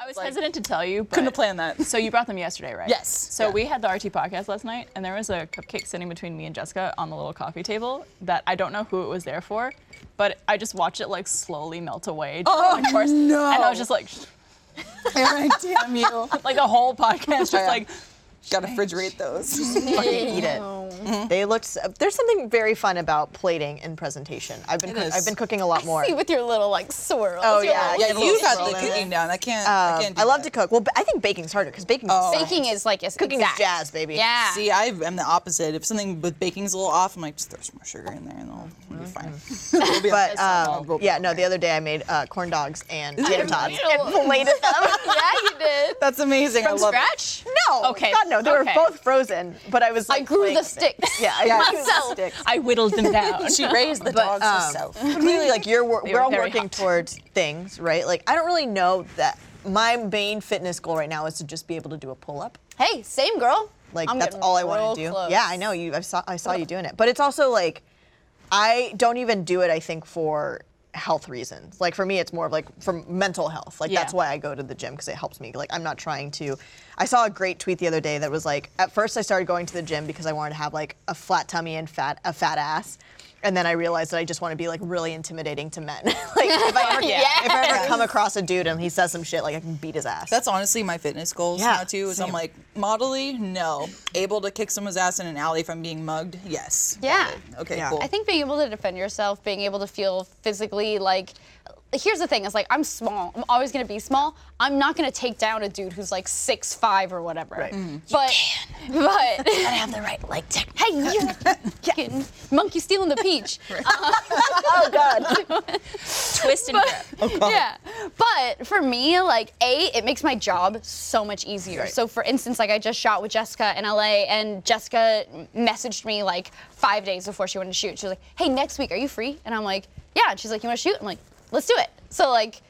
Speaker 3: I was hesitant to tell you, but
Speaker 2: Couldn't have planned that.
Speaker 3: so you brought them yesterday, right?
Speaker 2: Yes.
Speaker 3: So
Speaker 2: Yeah.
Speaker 3: we had the RT podcast last night, and there was a cupcake sitting between me and Jessica on the little coffee table that I don't know who it was there for, but I just watched it like slowly melt away.
Speaker 2: Oh,
Speaker 3: during the course,
Speaker 2: no.
Speaker 3: And I was just like,
Speaker 2: Eric, damn you.
Speaker 3: like the whole podcast, just
Speaker 2: [laughs] Yeah.
Speaker 3: like
Speaker 2: Gotta refrigerate those. [laughs]
Speaker 4: fucking eat it. They looked. s- There's something very fun about plating and presentation. I've been
Speaker 2: It
Speaker 4: cook-
Speaker 2: is.
Speaker 4: I've been cooking a lot more.
Speaker 5: See with your little like swirls.
Speaker 4: Oh,
Speaker 5: your
Speaker 4: yeah,
Speaker 5: little-
Speaker 2: Yeah, you
Speaker 4: Little
Speaker 2: got the
Speaker 4: slow.
Speaker 2: cooking down. I can't. I
Speaker 4: Um,
Speaker 2: can't. Do
Speaker 4: I love to
Speaker 2: that.
Speaker 4: cook. Well, b- I think baking's harder because baking.
Speaker 5: Baking is like it's
Speaker 4: Cooking is
Speaker 5: exact.
Speaker 4: jazz, baby.
Speaker 5: Yeah.
Speaker 2: See, I am the opposite. If something with baking's a little off, I'm like, just throw some more sugar in there, and it'll, it'll be fine. [laughs] We'll be
Speaker 4: But
Speaker 2: okay.
Speaker 4: um,
Speaker 2: We'll be
Speaker 4: yeah,
Speaker 2: okay.
Speaker 4: no. The other day I made uh, corn dogs and tater tots.
Speaker 5: Inflated them. [laughs] yeah, you did.
Speaker 2: that's amazing. I
Speaker 3: from
Speaker 2: love it.
Speaker 3: scratch.
Speaker 4: No.
Speaker 3: Okay.
Speaker 4: God no. They
Speaker 3: Okay.
Speaker 4: were both frozen, but I was.
Speaker 5: I
Speaker 4: Like,
Speaker 5: grew
Speaker 4: playing
Speaker 5: the
Speaker 4: with it.
Speaker 5: sticks.
Speaker 4: Yeah, I grew
Speaker 5: Myself.
Speaker 4: the sticks.
Speaker 3: I whittled them down.
Speaker 2: [laughs] She raised the dogs herself.
Speaker 4: clearly like you're wor-
Speaker 3: were
Speaker 4: we're all
Speaker 3: very
Speaker 4: working
Speaker 3: hot.
Speaker 4: towards things right like i don't really know that my main fitness goal right now is to just be able to do a pull-up
Speaker 5: Hey, same girl.
Speaker 4: like
Speaker 5: I'm
Speaker 4: that's
Speaker 5: getting
Speaker 4: all i want
Speaker 5: real
Speaker 4: to do
Speaker 5: close.
Speaker 4: yeah i know you i saw i saw you doing it but it's also like i don't even do it i think for health reasons. Like for me, it's more of like for mental health. Like
Speaker 5: Yeah.
Speaker 4: that's why I go to the gym because it helps me. Like I'm not trying to. I saw a great tweet the other day that was like, at first I started going to the gym because I wanted to have like a flat tummy and fat a fat ass. And then I realized that I just want to be like really intimidating to men. [laughs] like if I,
Speaker 5: [laughs]
Speaker 4: ever, if I ever come across a dude and he says some shit, like I can beat his ass.
Speaker 2: That's honestly my fitness goals
Speaker 4: Yeah,
Speaker 2: now too. Is I'm
Speaker 4: same.
Speaker 2: like modelly, no. Able to kick someone's ass in an alley if I'm being mugged, yes.
Speaker 5: Yeah.
Speaker 2: Okay,
Speaker 4: Yeah.
Speaker 2: cool.
Speaker 5: I think being able to defend yourself, being able to feel physically like here's the thing, it's like I'm small. I'm always gonna be small. I'm not gonna take down a dude who's like six five or whatever.
Speaker 4: Right. Mhm.
Speaker 5: But but [laughs] I have
Speaker 3: the right leg technique.
Speaker 5: Hey, you fucking monkey stealing the peach. Uh,
Speaker 4: oh god.
Speaker 5: [laughs]
Speaker 3: Twist and grip. [laughs]
Speaker 5: yeah. But for me, like, A, it makes my job so much easier.
Speaker 4: Right.
Speaker 5: So, for instance, like, I just shot with Jessica in LA, and Jessica messaged me like five days before she went to shoot. She was like, hey, next week, are you free? And I'm like, yeah. And she's like, you wanna shoot? I'm like, let's do it. So, like,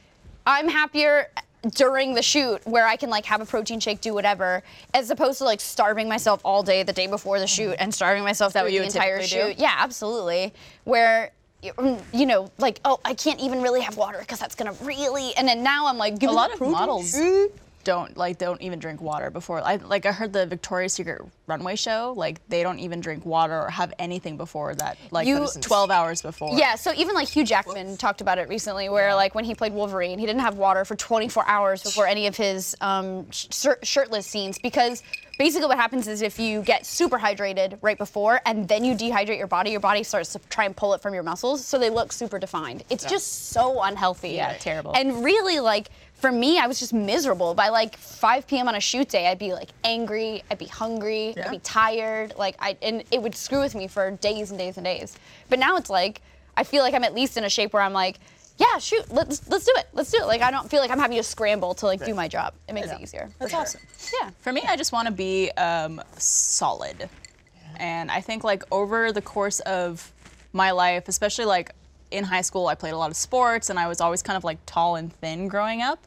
Speaker 5: I'm happier during the shoot where I can like have a protein shake, do whatever, as opposed to like starving myself all day the day before the shoot and starving myself
Speaker 3: Mm-hmm.
Speaker 5: that
Speaker 3: What
Speaker 5: way
Speaker 3: you
Speaker 5: the
Speaker 3: would
Speaker 5: entire
Speaker 3: typically do?
Speaker 5: shoot. Yeah, absolutely. Where y- you know, like, oh, I can't even really have water because that's gonna really. And then now I'm like, give
Speaker 3: A
Speaker 5: me
Speaker 3: lot
Speaker 5: the
Speaker 3: of
Speaker 5: protein
Speaker 3: models
Speaker 5: shake.
Speaker 3: don't like don't even drink water before. I, like I heard the Victoria's Secret runway show, like they don't even drink water or have anything before that. Like
Speaker 5: You-
Speaker 3: 12 hours before.
Speaker 5: Yeah, so even like Hugh Jackman talked about it recently, where like when he played Wolverine, he didn't have water for 24 hours before any of his um, shir- shirtless scenes because basically what happens is if you get super hydrated right before and then you dehydrate your body, your body starts to try and pull it from your muscles, so they look super defined. It's just so unhealthy.
Speaker 3: Yeah, terrible.
Speaker 5: And really like. For me, I was just miserable. By like 5 p.m. on a shoot day, I'd be like angry, I'd be hungry, I'd be tired. Like I and it would screw with me for days and days and days. But now it's like I feel like I'm at least in a shape where I'm like, yeah, shoot, let's let's do it, let's do it. Like I don't feel like I'm having to scramble to like do my job. It makes it easier.
Speaker 2: That's awesome.
Speaker 5: Yeah.
Speaker 3: For me, I just want to be um, solid. And I think, like, over the course of my life, especially like in high school, I played a lot of sports and I was always kind of like tall and thin growing up.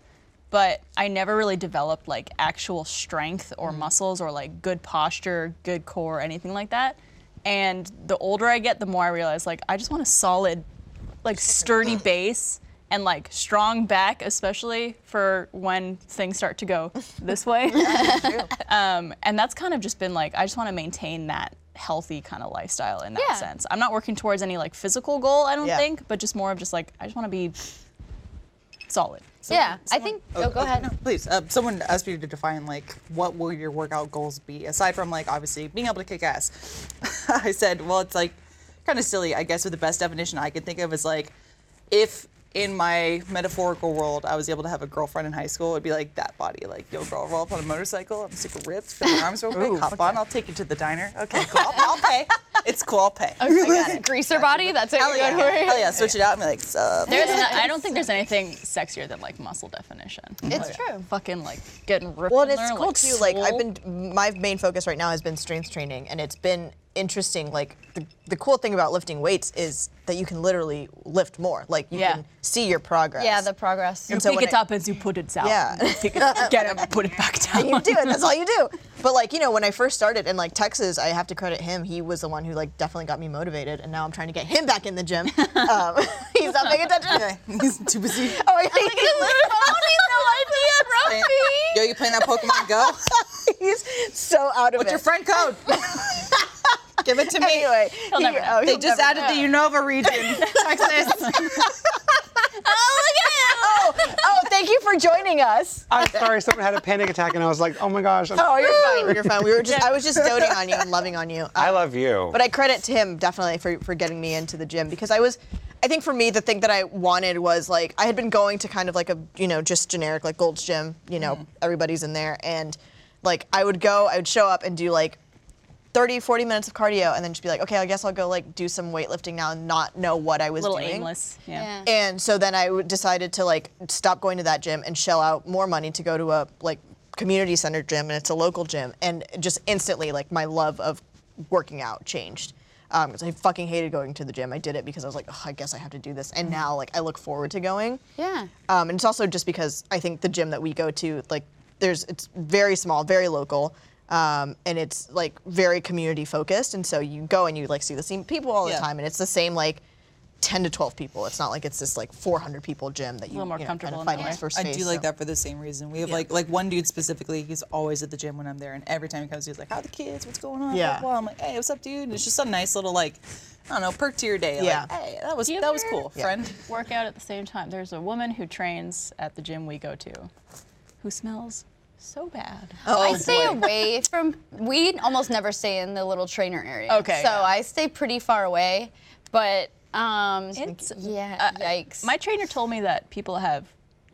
Speaker 3: But I never really developed like actual strength or muscles or like good posture, good core, anything like that. And the older I get, the more I realize, like, I just want a solid like sturdy base and like strong back, especially for when things start to go this
Speaker 4: [laughs]
Speaker 3: way. [laughs] um, and that's kind of just been like I just want to maintain that healthy kind of lifestyle in that
Speaker 5: Yeah.
Speaker 3: sense. I'm not working towards any like physical goal, I don't
Speaker 4: Yeah.
Speaker 3: think, but just more of just like I just want to be solid.
Speaker 5: yeah. I think. Oh, go
Speaker 2: [laughs]
Speaker 5: ahead.
Speaker 2: No, please. Uh, someone asked you to define like what will your workout goals be aside from like obviously being able to kick ass. [laughs] I said, well, it's like kind of silly, I guess. But the best definition I can think of is like if in my metaphorical world I was able to have a girlfriend in high school, it'd be like that body, like yo, girl, roll up on a motorcycle. I'm super ripped. Got my
Speaker 5: [laughs]
Speaker 2: arms real quick. Hop on. I'll take you to the diner. Okay, cool. I'll, I'll pay. It's cool. I'll pay.
Speaker 5: Greaser body. That's it.
Speaker 2: Hell
Speaker 5: you're
Speaker 2: yeah.
Speaker 5: going for it?
Speaker 2: Hell yeah. Switch it out and be like, sup.
Speaker 3: There's [laughs] no, I don't think there's anything sexier than like muscle definition. It's
Speaker 5: true.
Speaker 3: Fucking like getting ripped.
Speaker 4: Well, and
Speaker 3: in
Speaker 4: it's
Speaker 3: there,
Speaker 4: cool
Speaker 3: like,
Speaker 4: too. Like I've
Speaker 3: swole.
Speaker 4: been, my main focus right now has been strength training, and it's been interesting. Like the, the cool thing about lifting weights is that you can literally lift more. Like you
Speaker 3: Yeah.
Speaker 4: can see your progress.
Speaker 5: Yeah, the progress.
Speaker 3: You
Speaker 4: so
Speaker 3: pick
Speaker 4: when
Speaker 3: it
Speaker 4: I-
Speaker 3: up as you put it down.
Speaker 4: Yeah.
Speaker 3: You [laughs] pick it up, get it, put it back
Speaker 4: [laughs]
Speaker 3: down.
Speaker 4: you [laughs] do it. That's all you do. But like you know, when I first started in like Texas, I have to credit him. He was the one who like definitely got me motivated, and now I'm trying to get him back in the gym. um, [laughs] he's not paying attention. to me.
Speaker 2: [laughs] He's [laughs] too busy.
Speaker 4: Oh, he-
Speaker 2: Yo, you playing that Pokemon Go?
Speaker 4: [laughs] he's so out of
Speaker 2: What's
Speaker 4: it.
Speaker 2: your friend code? Give it to me.
Speaker 4: Anyway, he-
Speaker 3: never know.
Speaker 4: oh,
Speaker 2: They
Speaker 4: he'll
Speaker 2: just
Speaker 4: never
Speaker 2: added the Unova [laughs] region, Texas.
Speaker 4: Oh, [laughs] oh, thank you for joining us.
Speaker 6: I'm sorry, someone had a panic attack, and I was like, oh my gosh. I'm,
Speaker 4: Oh, you're fine. You're fine. We were just I was just doting on you and loving on you.
Speaker 6: I
Speaker 4: Uh,
Speaker 6: love you.
Speaker 4: but I credit to him definitely for, for getting me into the gym because I was I think for me the thing that I wanted was like I had been going to kind of like a you know just generic like Gold's Gym, you know, everybody's in there and like I would go, I would show up and do like 30 40 minutes of cardio and then just be like, okay, I guess I'll go like do some weightlifting now and not know what I was
Speaker 3: little
Speaker 4: doing.
Speaker 3: aimless. Yeah.
Speaker 4: And so then I w- decided to like stop going to that gym and shell out more money to go to a like community center gym, and it's a local gym. And just instantly, like my love of working out changed. Um, 'cause I fucking hated going to the gym. I did it because I was like, "Ugh, I guess I have to do this. And now, like, I look forward to going.
Speaker 5: Yeah.
Speaker 4: Um, and it's also just because I think the gym that we go to, like, there's it's very small, very local, um, and it's like very community focused. And so you go and you like see the same people all the
Speaker 2: Yeah.
Speaker 4: time, and it's the same like ten to twelve people. It's not like it's this like four hundred people gym that you,
Speaker 3: little more
Speaker 4: you know,
Speaker 3: comfortable in
Speaker 4: kind of
Speaker 3: that
Speaker 4: find its
Speaker 3: way.
Speaker 4: first
Speaker 2: I
Speaker 4: space,
Speaker 2: do like
Speaker 4: so-
Speaker 2: that for the same reason. We have like like one dude specifically. He's always at the gym when I'm there, and every time he comes, he's like, "How the kids? What's going on?"
Speaker 4: Yeah.
Speaker 2: Well, I'm like, "Hey, what's up, dude?" And it's just a nice little like, I don't know, perk to your day.
Speaker 4: Yeah.
Speaker 2: Like, hey, that was
Speaker 3: Do you
Speaker 2: that was
Speaker 3: ever-
Speaker 2: cool,
Speaker 4: Yeah.
Speaker 2: friend.
Speaker 3: work out at the same time. There's a woman who trains at the gym we go to who smells so bad.
Speaker 5: I stay away from. We almost never stay in the little trainer area.
Speaker 3: Okay,
Speaker 5: So
Speaker 3: yeah.
Speaker 5: I stay pretty far away, but um,
Speaker 3: It's-
Speaker 5: yeah,
Speaker 3: uh,
Speaker 5: yikes.
Speaker 3: My trainer told me that people have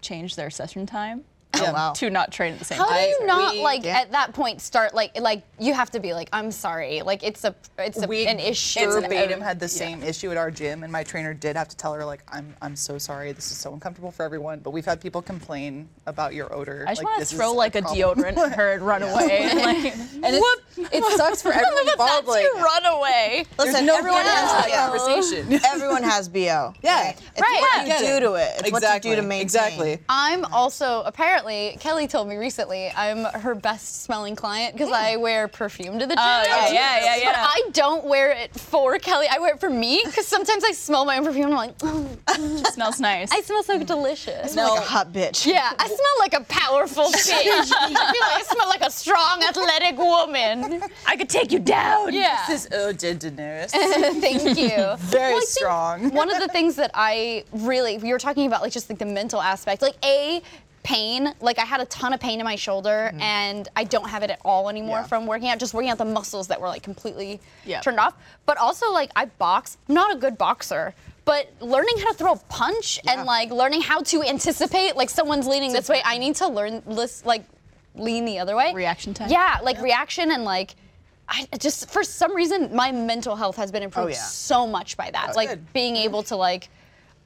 Speaker 3: changed their session time
Speaker 4: Oh, wow.
Speaker 3: to not train at the same
Speaker 5: How
Speaker 3: time.
Speaker 5: do you not
Speaker 2: we-
Speaker 5: like
Speaker 4: Yeah.
Speaker 5: at that point start like like you have to be like I'm sorry like it's a it's a, an issue.
Speaker 2: verbatim had the same issue at our gym, and my trainer did have to tell her like, "I'm I'm so sorry. This is so uncomfortable for everyone." But we've had people complain about your odor.
Speaker 3: I just
Speaker 2: like,
Speaker 3: want
Speaker 2: this
Speaker 3: to
Speaker 2: is
Speaker 3: throw like a
Speaker 2: problem.
Speaker 3: deodorant at her and run away. Like,
Speaker 2: And it's, it
Speaker 3: [laughs]
Speaker 2: sucks for everyone involved. Like,
Speaker 3: you run away.
Speaker 4: Listen,
Speaker 2: no
Speaker 4: everyone
Speaker 2: good answer to
Speaker 4: has
Speaker 2: that
Speaker 4: BO.
Speaker 2: conversation.
Speaker 4: [laughs] Everyone has BO.
Speaker 2: Yeah.
Speaker 4: Right. It's
Speaker 5: Right,
Speaker 4: what
Speaker 5: yeah.
Speaker 4: you do to it. It's what
Speaker 2: exactly.
Speaker 4: you do to maintain.
Speaker 2: Exactly.
Speaker 5: I'm also apparently Kelly told me recently I'm her best smelling client because I wear perfume to the gym.
Speaker 3: Oh, yeah, yeah, yeah,
Speaker 5: But
Speaker 3: yeah.
Speaker 5: I don't wear it for Kelly. I wear it for me because sometimes I smell my own perfume and I'm like, "Oh,
Speaker 3: It smells nice.
Speaker 5: I smell so delicious.
Speaker 4: Like a hot bitch.
Speaker 5: Yeah, I smell like a powerful bitch. I feel like I smell like a strong, athletic woman.
Speaker 3: I could take you down.
Speaker 5: Yeah.
Speaker 2: This is Eau
Speaker 4: [laughs]
Speaker 2: de Daenerys.
Speaker 5: [laughs] Thank you.
Speaker 2: Very
Speaker 5: Well, I think
Speaker 2: strong.
Speaker 5: One of the things that I really, we were talking about, like just like the mental aspect, like a pain. Like I had a ton of pain in my shoulder, and I don't have it at all anymore
Speaker 4: Yeah.
Speaker 5: from working out. Just working out the muscles that were like completely
Speaker 3: Yeah.
Speaker 5: turned off. But also like I box. I'm not a good boxer. But learning how to throw a punch and like learning how to anticipate, like someone's leaning this way, I need to learn this, like lean the other way.
Speaker 3: Reaction time.
Speaker 5: Yeah, like reaction and like, I just for some reason my mental health has been improved
Speaker 4: Oh, yeah. Oh,
Speaker 5: so much by that. like
Speaker 2: good.
Speaker 5: being able to like.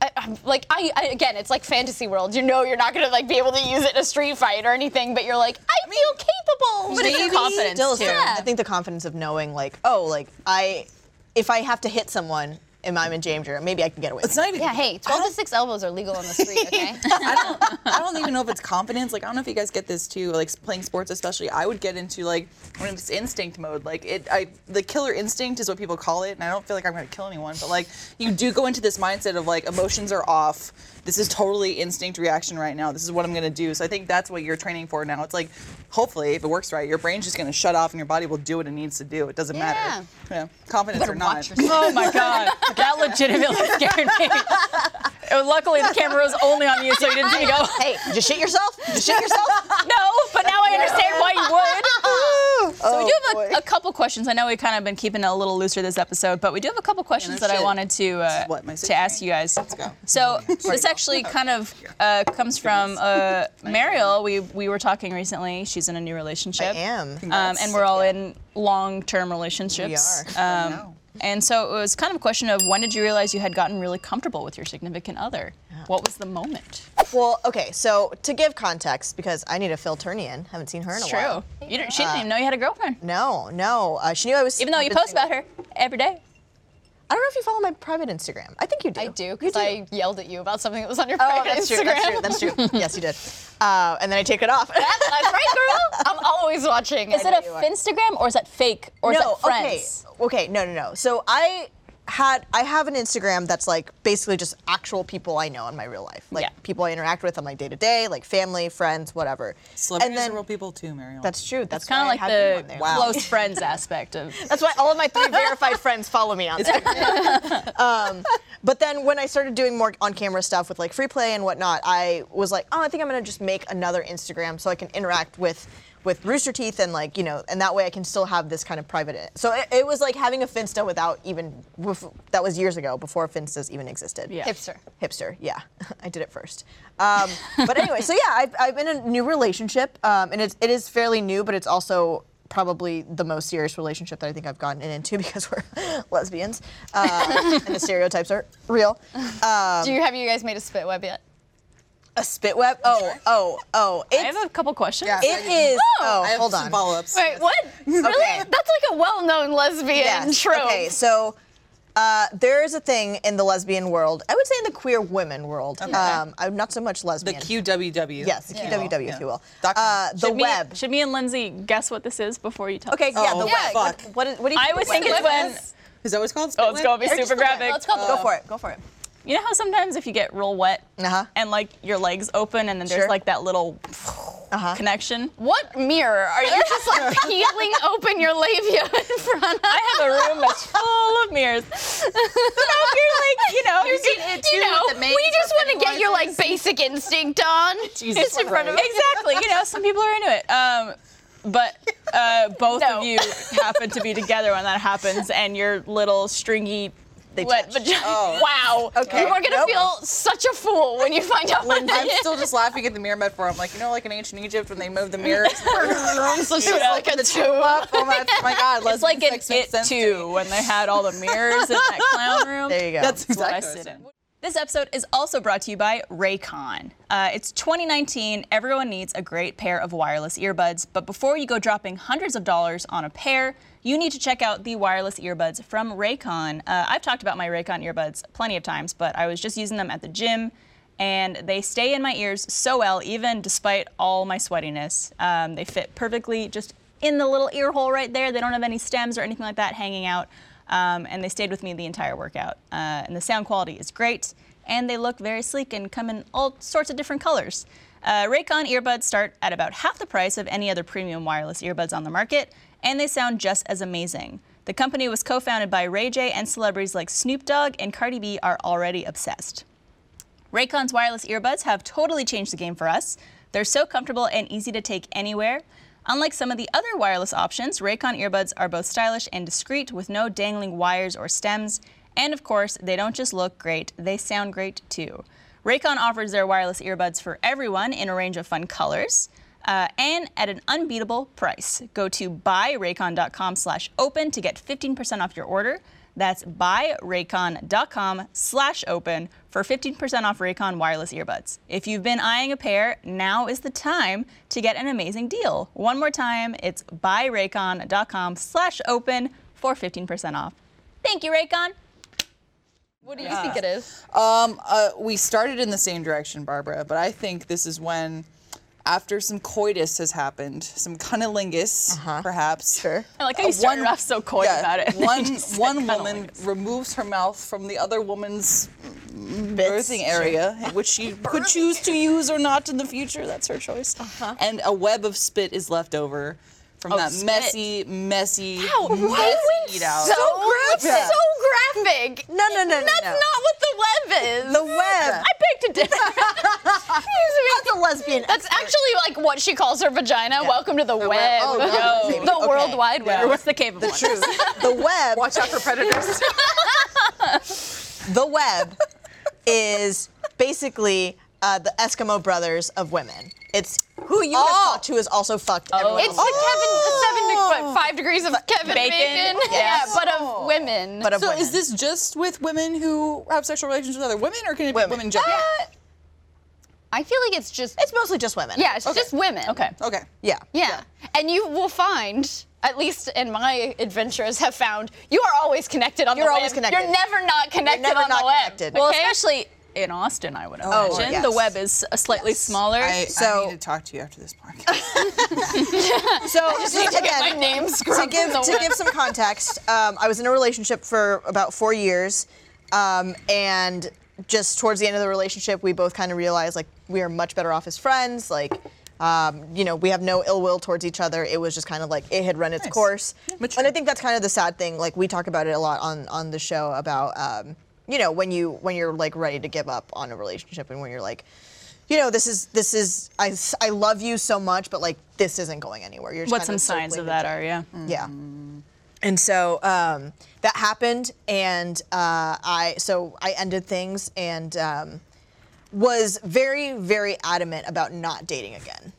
Speaker 5: I, I'm, like I, I again, it's like fantasy world. You know, you're not gonna like be able to use it in a street fight or anything, but you're like, I, feel capable.
Speaker 3: But it's
Speaker 5: Maybe-
Speaker 3: confidence,
Speaker 4: Still,
Speaker 3: too.
Speaker 4: yeah. I think the confidence of knowing, like, oh, like I, if I have to hit someone, am I in danger? Maybe I can get away.
Speaker 2: It's not even.
Speaker 5: Yeah, hey, 12 to 6 elbows are legal on
Speaker 4: [laughs]
Speaker 5: the street, okay?
Speaker 2: I don't, I don't even know if it's confidence. Like, I don't know if you guys get this too. Like, playing sports, especially, I would get into like when it's instinct mode. Like, it, I, the killer instinct is what people call it. And I don't feel like I'm going to kill anyone, but like, you do go into this mindset of like emotions are off. This is totally instinct reaction right now. This is what I'm going to do. So I think that's what you're training for now. It's like, hopefully, if it works right, your brain's just going to shut off and your body will do what it needs to do. It doesn't
Speaker 5: Yeah.
Speaker 2: matter. Yeah. Confidence or not.
Speaker 3: Oh my god, that legitimately [laughs] scared me. Uh, Luckily, the camera was only on you, so you didn't see me go.
Speaker 4: Hey, just shit yourself. Just shit yourself.
Speaker 3: No, but now I understand why you would. So we do have
Speaker 4: Oh, boy.
Speaker 3: a, a couple questions. I know we've kind of been keeping it a little looser this episode, but we do have a couple questions
Speaker 2: no
Speaker 3: that I
Speaker 2: shit.
Speaker 3: wanted to uh,
Speaker 2: What, my
Speaker 3: to ask you guys. Let's
Speaker 2: go. Oh.
Speaker 3: So this actually kind of uh, comes from uh, Mariel. We we were talking recently. She's in a new relationship.
Speaker 4: am.
Speaker 3: Um, and we're all in long-term relationships.
Speaker 4: We
Speaker 3: are. Um, and so it was kind of a question of when did you realize you had gotten really comfortable with your significant other? What was the moment?
Speaker 4: Well, okay. So to give context, because I need a Phil Turnian. Haven't seen her in a while. Uh,
Speaker 3: You didn't, she didn't even know you had a girlfriend,
Speaker 4: No, no. Uh, she knew I was.
Speaker 3: even though you
Speaker 4: I've been
Speaker 3: post
Speaker 4: single.
Speaker 3: about her every day.
Speaker 4: I don't know if you follow my private Instagram. I think you do.
Speaker 5: I do,
Speaker 4: You
Speaker 5: because I yelled at you about something that was on your
Speaker 4: Oh,
Speaker 5: private
Speaker 4: that's
Speaker 5: Instagram. [laughs]
Speaker 4: true. That's true. That's true. yes, you did. Uh, and then I take it off. [laughs]
Speaker 5: That's right, girl. I'm always watching.
Speaker 3: Is it a Finstagram or is that fake or is that friends?
Speaker 4: Okay. okay, no, no, no. So I had I have an Instagram that's like basically just actual people I know in my real life, like
Speaker 3: Yeah.
Speaker 4: people I interact with on my day to day, like family, friends, whatever.
Speaker 2: Celebrities
Speaker 4: and then
Speaker 2: are real people too, Mariel.
Speaker 4: that's true. That's
Speaker 3: It's kind of
Speaker 4: why I
Speaker 3: like
Speaker 4: had you on
Speaker 3: the
Speaker 4: there.
Speaker 3: close friends aspect of.
Speaker 4: That's why all of my three verified friends follow me on there. [laughs] um, but then when I started doing more on-camera stuff with like free play and whatnot, I was like, oh, I think I'm gonna just make another Instagram so I can interact with with Rooster Teeth and like you know, and that way I can still have this kind of private. e-" So it, it was like having a Finsta without even bef- that was years ago before Finstas even existed.
Speaker 3: Yeah.
Speaker 5: Hipster.
Speaker 4: Hipster, yeah. [laughs] I did it first. Um, but anyway, so yeah, I've, I've been in a new relationship, um, and it's, it is fairly new, but it's also probably the most serious relationship that I think I've gotten into [laughs] because we're lesbians, uh, and the stereotypes are real.
Speaker 5: Do you [laughs] have you guys made a spit web yet?
Speaker 4: A spit web? Oh, oh, oh.
Speaker 3: I
Speaker 4: It's,
Speaker 3: have a couple questions.
Speaker 2: Yeah.
Speaker 4: it is. Oh,
Speaker 2: I have
Speaker 4: hold
Speaker 2: some
Speaker 4: on.
Speaker 2: follow-ups.
Speaker 5: Wait, what? [laughs] Really?
Speaker 4: Okay.
Speaker 5: That's like a well-known lesbian
Speaker 4: Yes.
Speaker 5: trope.
Speaker 4: Okay, so uh, there is a thing in the lesbian world. I would say in the queer women world. Um, I'm not so much
Speaker 2: the
Speaker 4: lesbian.
Speaker 2: QWW.
Speaker 4: Yes, the
Speaker 2: if you will.
Speaker 4: QWW,
Speaker 2: Yeah.
Speaker 4: if you will.
Speaker 2: Dot com.
Speaker 4: Uh, the
Speaker 3: Should me-
Speaker 4: web.
Speaker 3: should me and Lindsay guess what this is before you tell
Speaker 4: Okay,
Speaker 3: us?
Speaker 4: yeah,
Speaker 2: Oh,
Speaker 4: the
Speaker 2: yeah,
Speaker 4: web. What,
Speaker 2: fuck.
Speaker 4: what, what do you
Speaker 3: I
Speaker 4: think
Speaker 3: always
Speaker 4: the
Speaker 3: think
Speaker 4: web
Speaker 3: it's when.
Speaker 4: is?
Speaker 2: Is that what it's called?
Speaker 3: Oh, it's gonna be
Speaker 4: Or just
Speaker 3: super
Speaker 4: the web.
Speaker 3: graphic.
Speaker 4: Go for it. Go for it.
Speaker 3: You know how sometimes if you get real wet
Speaker 4: Uh-huh.
Speaker 3: and like your legs open and then there's
Speaker 4: Sure.
Speaker 3: like that little
Speaker 5: Uh-huh.
Speaker 3: connection?
Speaker 5: What mirror are you just like
Speaker 4: [laughs]
Speaker 5: peeling open your labia in front of?
Speaker 3: I
Speaker 5: [laughs]
Speaker 3: have a room that's full of mirrors. So if you're like, you know,
Speaker 5: You, you know, we just want to get your like basic instinct on.
Speaker 2: Jesus
Speaker 5: in front of
Speaker 2: Christ.
Speaker 3: exactly. You know, some people are into it. Um, but uh, both
Speaker 5: No.
Speaker 3: of you happen to be together when that happens, and your little stringy wet
Speaker 4: touched.
Speaker 3: vagina.
Speaker 5: Wow.
Speaker 4: Oh. Okay.
Speaker 5: You are gonna
Speaker 4: Nope.
Speaker 5: feel such a fool when you find out what
Speaker 2: I'm [laughs]
Speaker 5: that is.
Speaker 2: still just laughing at the mirror metaphor. I'm like, you know, like in ancient Egypt when they moved
Speaker 3: [laughs]
Speaker 2: the mirrors. [laughs]
Speaker 5: So she's like a two
Speaker 2: up. Oh my, my God,
Speaker 3: It's like an
Speaker 2: lesbians,
Speaker 3: it
Speaker 2: sense to me.
Speaker 3: too when they had all the mirrors in that clown room.
Speaker 4: There you go.
Speaker 2: That's
Speaker 3: That's what I
Speaker 2: exactly.
Speaker 3: sit in. This episode is also brought to you by Raycon. Uh, it's 2019. Everyone needs a great pair of wireless earbuds, but before you go dropping hundreds of dollars on a pair, you need to check out the wireless earbuds from Raycon. Uh, I've talked about my Raycon earbuds plenty of times, but I was just using them at the gym, and they stay in my ears so well, even despite all my sweatiness. Um, they fit perfectly, just in the little ear hole right there. They don't have any stems or anything like that hanging out um, and they stayed with me the entire workout. Uh, and the sound quality is great, and they look very sleek and come in all sorts of different colors. Uh, Raycon earbuds start at about half the price of any other premium wireless earbuds on the market, and they sound just as amazing. The company was co founded by Ray J, and celebrities like Snoop Dogg and Cardi B are already obsessed. Raycon's wireless earbuds have totally changed the game for us. They're so comfortable and easy to take anywhere. Unlike some of the other wireless options, Raycon earbuds are both stylish and discreet with no dangling wires or stems. And of course, they don't just look great, they sound great too. Raycon offers their wireless earbuds for everyone in a range of fun colors uh, and at an unbeatable price. Go to buyraycon.com slash open to get 15% off your order. That's buyraycon.com slash open for 15% off Raycon wireless earbuds. If you've been eyeing a pair, now is the time to get an amazing deal. One more time, it's buyraycon.com slash open for 15% off. Thank you, Raycon.
Speaker 5: What do you think it is?
Speaker 2: Um, uh, we started in the same direction, Barbara, but I think this is when, after some coitus has happened, some cunnilingus,
Speaker 4: Uh-huh.
Speaker 2: perhaps. Sure.
Speaker 3: I like how you started off so coy about [laughs] it.
Speaker 2: One
Speaker 3: You said
Speaker 2: one
Speaker 3: kinda
Speaker 2: woman
Speaker 3: like-
Speaker 2: removes her mouth from the other woman's birthing area, which she could choose to use or not in the future. That's her choice. And a web of spit is left over from that
Speaker 3: spit.
Speaker 2: messy, messy.
Speaker 5: Wow, why
Speaker 2: messy
Speaker 5: would
Speaker 2: eat out.
Speaker 5: so,
Speaker 4: graphic.
Speaker 5: so
Speaker 4: [laughs]
Speaker 5: graphic?
Speaker 4: No, no, no, no,
Speaker 5: That's
Speaker 4: no.
Speaker 5: not what the web is.
Speaker 4: The web.
Speaker 5: I
Speaker 4: [laughs]
Speaker 5: picked a different.
Speaker 4: That's a lesbian.
Speaker 5: That's actually like what she calls her vagina. Welcome to the web.
Speaker 4: Oh, no, baby.
Speaker 5: the
Speaker 4: Okay.
Speaker 5: World Wide Web.
Speaker 3: What's the cave of one?
Speaker 2: Truth.
Speaker 4: the web.
Speaker 2: Watch out for predators.
Speaker 4: The web is basically uh, the Eskimo brothers of women. It's who you
Speaker 2: Oh.
Speaker 4: have fucked who has also fucked everyone.
Speaker 5: It's
Speaker 4: else.
Speaker 5: the Kevin, the seven, but five degrees of Kevin
Speaker 3: Bacon.
Speaker 5: Bacon.
Speaker 3: Yes.
Speaker 5: Yeah, but of women.
Speaker 4: But of
Speaker 2: So
Speaker 4: women.
Speaker 2: is this just with women who have sexual relations with other women, or can it be women, in general?
Speaker 5: Ah! I feel like it's just
Speaker 4: It's mostly just women.
Speaker 5: yeah, it's just women.
Speaker 3: Okay.
Speaker 2: Okay.
Speaker 4: Yeah.
Speaker 5: Yeah. And you will find, at least in my adventures, have found you are always connected on
Speaker 4: You're
Speaker 5: the web.
Speaker 4: always connected.
Speaker 5: You're never not connected
Speaker 4: never
Speaker 5: on
Speaker 4: not
Speaker 5: the web.
Speaker 4: connected.
Speaker 5: Well,
Speaker 3: Well,
Speaker 5: okay?
Speaker 3: especially in Austin, I would
Speaker 4: Oh,
Speaker 3: imagine.
Speaker 4: yes.
Speaker 3: The web is slightly smaller.
Speaker 2: I,
Speaker 4: So-
Speaker 2: I need to talk to you after this podcast.
Speaker 4: So
Speaker 5: to get [laughs] my
Speaker 4: again,
Speaker 5: name
Speaker 4: to
Speaker 5: scrubbed
Speaker 4: give
Speaker 5: in the
Speaker 4: to
Speaker 5: web.
Speaker 4: give some context, um, I was in a relationship for about four years, um, and just towards the end of the relationship, we both kind of realized like we are much better off as friends. Like, um, you know, we have no ill will towards each other. It was just kind of like it had run its course,
Speaker 2: Mature.
Speaker 4: and I think that's kind of the sad thing. Like we talk about it a lot on on the show about um, you know when you when you're like ready to give up on a relationship and when you're like. You know, this is this is I, s- I love you so much, but like this isn't going anywhere. You're just
Speaker 3: what
Speaker 4: kind
Speaker 3: some
Speaker 4: so
Speaker 3: signs of
Speaker 4: clinging
Speaker 3: that
Speaker 4: to it. Mm.
Speaker 3: are, yeah.
Speaker 4: Yeah. And so um, that happened, and uh, I so I ended things and um, was very very adamant about not dating again.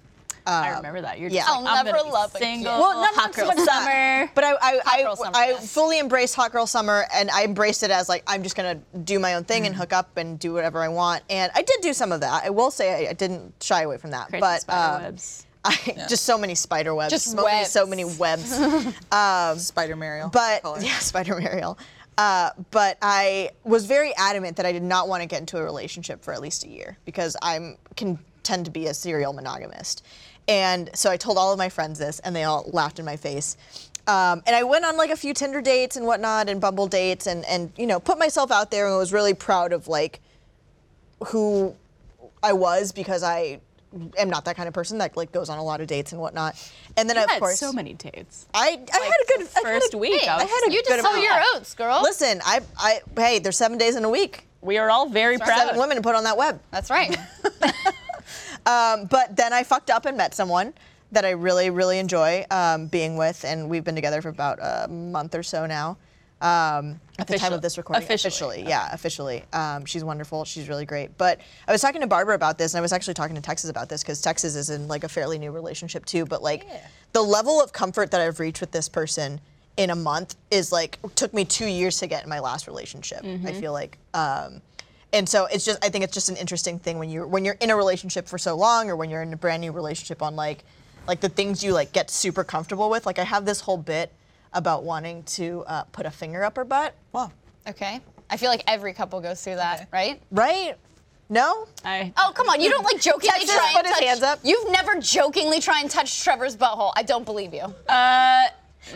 Speaker 3: I remember that. You're just
Speaker 4: yeah.
Speaker 3: like,
Speaker 5: I'll
Speaker 3: I'm
Speaker 5: never
Speaker 3: gonna be
Speaker 5: love again.
Speaker 3: single.
Speaker 4: Well, not-
Speaker 3: hot
Speaker 4: not so
Speaker 3: girl
Speaker 4: much that,
Speaker 3: summer.
Speaker 4: [laughs] But I I, I,
Speaker 5: girl summer,
Speaker 4: I
Speaker 5: yes.
Speaker 4: fully embraced hot girl summer, and I embraced it as like I'm just gonna do my own thing and hook up and do whatever I want. And I did do some of that. I will say I, I didn't shy away from that,
Speaker 3: Crazy
Speaker 4: but
Speaker 3: spider
Speaker 4: um,
Speaker 3: webs.
Speaker 4: I, just so many spider webs,
Speaker 5: Just
Speaker 4: so many- so
Speaker 5: webs.
Speaker 4: many webs.
Speaker 2: Spider Mariel.
Speaker 4: But
Speaker 2: Color.
Speaker 4: [laughs] yeah, Spider Mariel. Uh, but I was very adamant that I did not want to get into a relationship for at least a year because I'm can tend to be a serial monogamist, and so I told all of my friends this, and they all laughed in my face. Um, and I went on like a few Tinder dates and whatnot, and Bumble dates, and and you know put myself out there, and was really proud of like who I was because I am not that kind of person that like goes on a lot of dates and whatnot. And then of
Speaker 3: had
Speaker 4: course
Speaker 3: so many dates.
Speaker 4: I, I had a good I had a-
Speaker 3: first week, I
Speaker 4: I
Speaker 3: was-
Speaker 4: had a
Speaker 5: You
Speaker 4: good
Speaker 5: just sow
Speaker 4: amount.
Speaker 5: your oats, girl.
Speaker 4: Listen, I I hey, there's seven days in a week.
Speaker 3: We are all very proud.
Speaker 4: Seven women to put on that web. Um,
Speaker 5: That's right.
Speaker 4: but then I fucked up and met someone that I really, really enjoy um, being with, and we've been together for about a month or so now. Um, at the time
Speaker 3: Official-
Speaker 4: of this recording,
Speaker 3: officially,
Speaker 4: yeah, officially. Um, she's wonderful. She's really great. But I was talking to Barbara about this, and I was actually talking to Texas about this because Texas is in like a fairly new relationship too. But like, the level of comfort that I've reached with this person in a month is like took me two years to get in my last relationship. I feel like. Um, and so it's just I think it's just an interesting thing when you're when you're in a relationship for so long or when you're in a brand new relationship on like like the things you like get super comfortable with. Like I have this whole bit about wanting to uh, put a finger up her butt.
Speaker 2: Wow.
Speaker 5: Okay. I feel like every couple goes through that, right?
Speaker 4: Right? No?
Speaker 3: I,
Speaker 5: Oh, come on. You don't like jokingly
Speaker 4: Texas
Speaker 5: try and
Speaker 4: put his
Speaker 5: touch.
Speaker 4: hands up.
Speaker 5: You've never jokingly try and touch Trevor's butthole. I don't believe you.
Speaker 3: uh,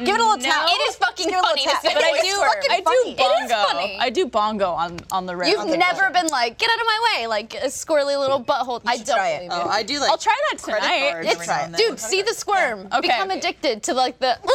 Speaker 4: Give it a little tap.
Speaker 5: It is fucking
Speaker 4: Give it a little
Speaker 5: funny.
Speaker 4: tap.
Speaker 5: It's
Speaker 3: but I
Speaker 5: It's
Speaker 3: do,
Speaker 5: fucking
Speaker 3: I
Speaker 5: funny.
Speaker 3: do
Speaker 5: It
Speaker 3: bongo.
Speaker 5: is funny.
Speaker 3: I do bongo on on the rim.
Speaker 5: You've never been like, get out of my way, like a squirrely little butthole. I don't
Speaker 4: try it.
Speaker 5: believe you.
Speaker 2: Oh, I do like.
Speaker 3: I'll try that
Speaker 2: credit
Speaker 3: tonight.
Speaker 2: cards
Speaker 5: It's-
Speaker 2: every now and then.
Speaker 5: dude, see the squirm.
Speaker 3: Okay.
Speaker 5: Become addicted to like the. [laughs]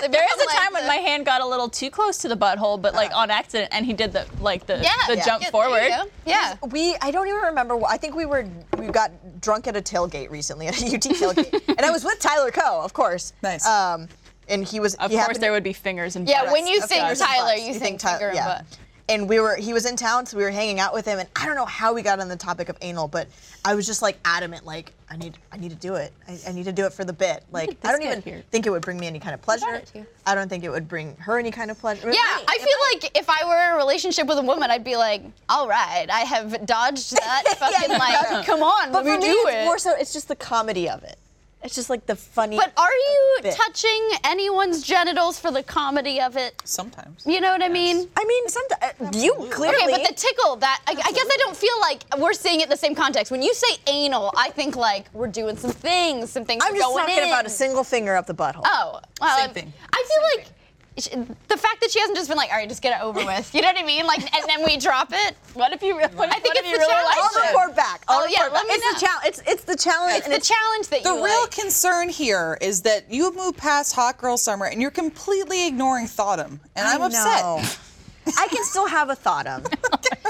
Speaker 3: There is a
Speaker 5: Like
Speaker 3: time when
Speaker 5: the- Uh-huh.
Speaker 3: my hand got a little too close to the butthole, but like on accident, and he did the like the
Speaker 5: Yeah.
Speaker 3: the
Speaker 5: yeah.
Speaker 3: jump
Speaker 5: Yeah, there you
Speaker 3: forward.
Speaker 5: go. Yeah.
Speaker 4: we I don't even remember. wh- I think we were we got drunk at a tailgate recently [laughs] at a UT tailgate, and I was with Tyler Coe, of course.
Speaker 2: Nice.
Speaker 4: Um, and he was.
Speaker 3: Of
Speaker 4: he
Speaker 3: course,
Speaker 4: happened to-
Speaker 3: there would be fingers and Oh,
Speaker 5: Yeah,
Speaker 3: butts.
Speaker 5: when you
Speaker 4: Of
Speaker 5: think
Speaker 4: course.
Speaker 5: Tyler,
Speaker 4: Butts.
Speaker 5: you think finger and butt.
Speaker 4: And we were he was in town, so we were hanging out with him, and I don't know how we got on the topic of anal, but I was just like adamant, like I need I need to do it. I, I need to do it for the bit. Like I don't
Speaker 3: get
Speaker 4: even
Speaker 3: here?
Speaker 4: think it would bring me any kind of pleasure.
Speaker 5: it to you.
Speaker 4: I don't think it would bring her any kind of pleasure.
Speaker 5: Yeah, I feel like if I were in a relationship with a woman, I'd be like, all right, I have dodged that fucking like, come on,
Speaker 4: But
Speaker 5: let
Speaker 4: for
Speaker 5: me
Speaker 4: me,
Speaker 5: do
Speaker 4: it's
Speaker 5: it.
Speaker 4: more so it's just the comedy of it. It's just like the funny.
Speaker 5: but are you
Speaker 4: bit.
Speaker 5: touching anyone's genitals for the comedy of it?
Speaker 2: Sometimes.
Speaker 5: You know what I mean?
Speaker 4: I mean, sometimes you clearly.
Speaker 5: Okay, but the tickle that I, I guess I don't feel like we're seeing it in the same context. When you say anal, I think like we're doing some things, some things
Speaker 4: I'm
Speaker 5: are
Speaker 4: just
Speaker 5: going
Speaker 4: talking
Speaker 5: in.
Speaker 4: about a single finger up the butthole.
Speaker 5: Oh, well,
Speaker 2: Same
Speaker 5: I-
Speaker 2: thing.
Speaker 5: I feel like she, the fact that she hasn't just been like, all right, just get it over with. You know what I mean? Like, and then we drop it.
Speaker 3: what if you really? What,
Speaker 5: I
Speaker 3: what
Speaker 5: think it's
Speaker 3: if you
Speaker 5: the
Speaker 3: really
Speaker 5: challenge.
Speaker 3: like
Speaker 4: I'll
Speaker 5: shit.
Speaker 4: report back. I'll
Speaker 5: Oh, yeah,
Speaker 4: report
Speaker 5: let
Speaker 4: back.
Speaker 5: me
Speaker 4: it's the
Speaker 5: know.
Speaker 4: challenge. It's it's the challenge.
Speaker 5: It's
Speaker 4: and
Speaker 5: the challenge that
Speaker 2: The
Speaker 5: you
Speaker 2: real
Speaker 5: like.
Speaker 2: concern here is that you have moved past hot girl summer and you're completely ignoring Thottum, and I'm upset. [laughs]
Speaker 4: know. I can still have a
Speaker 5: [laughs]
Speaker 4: thoughtum.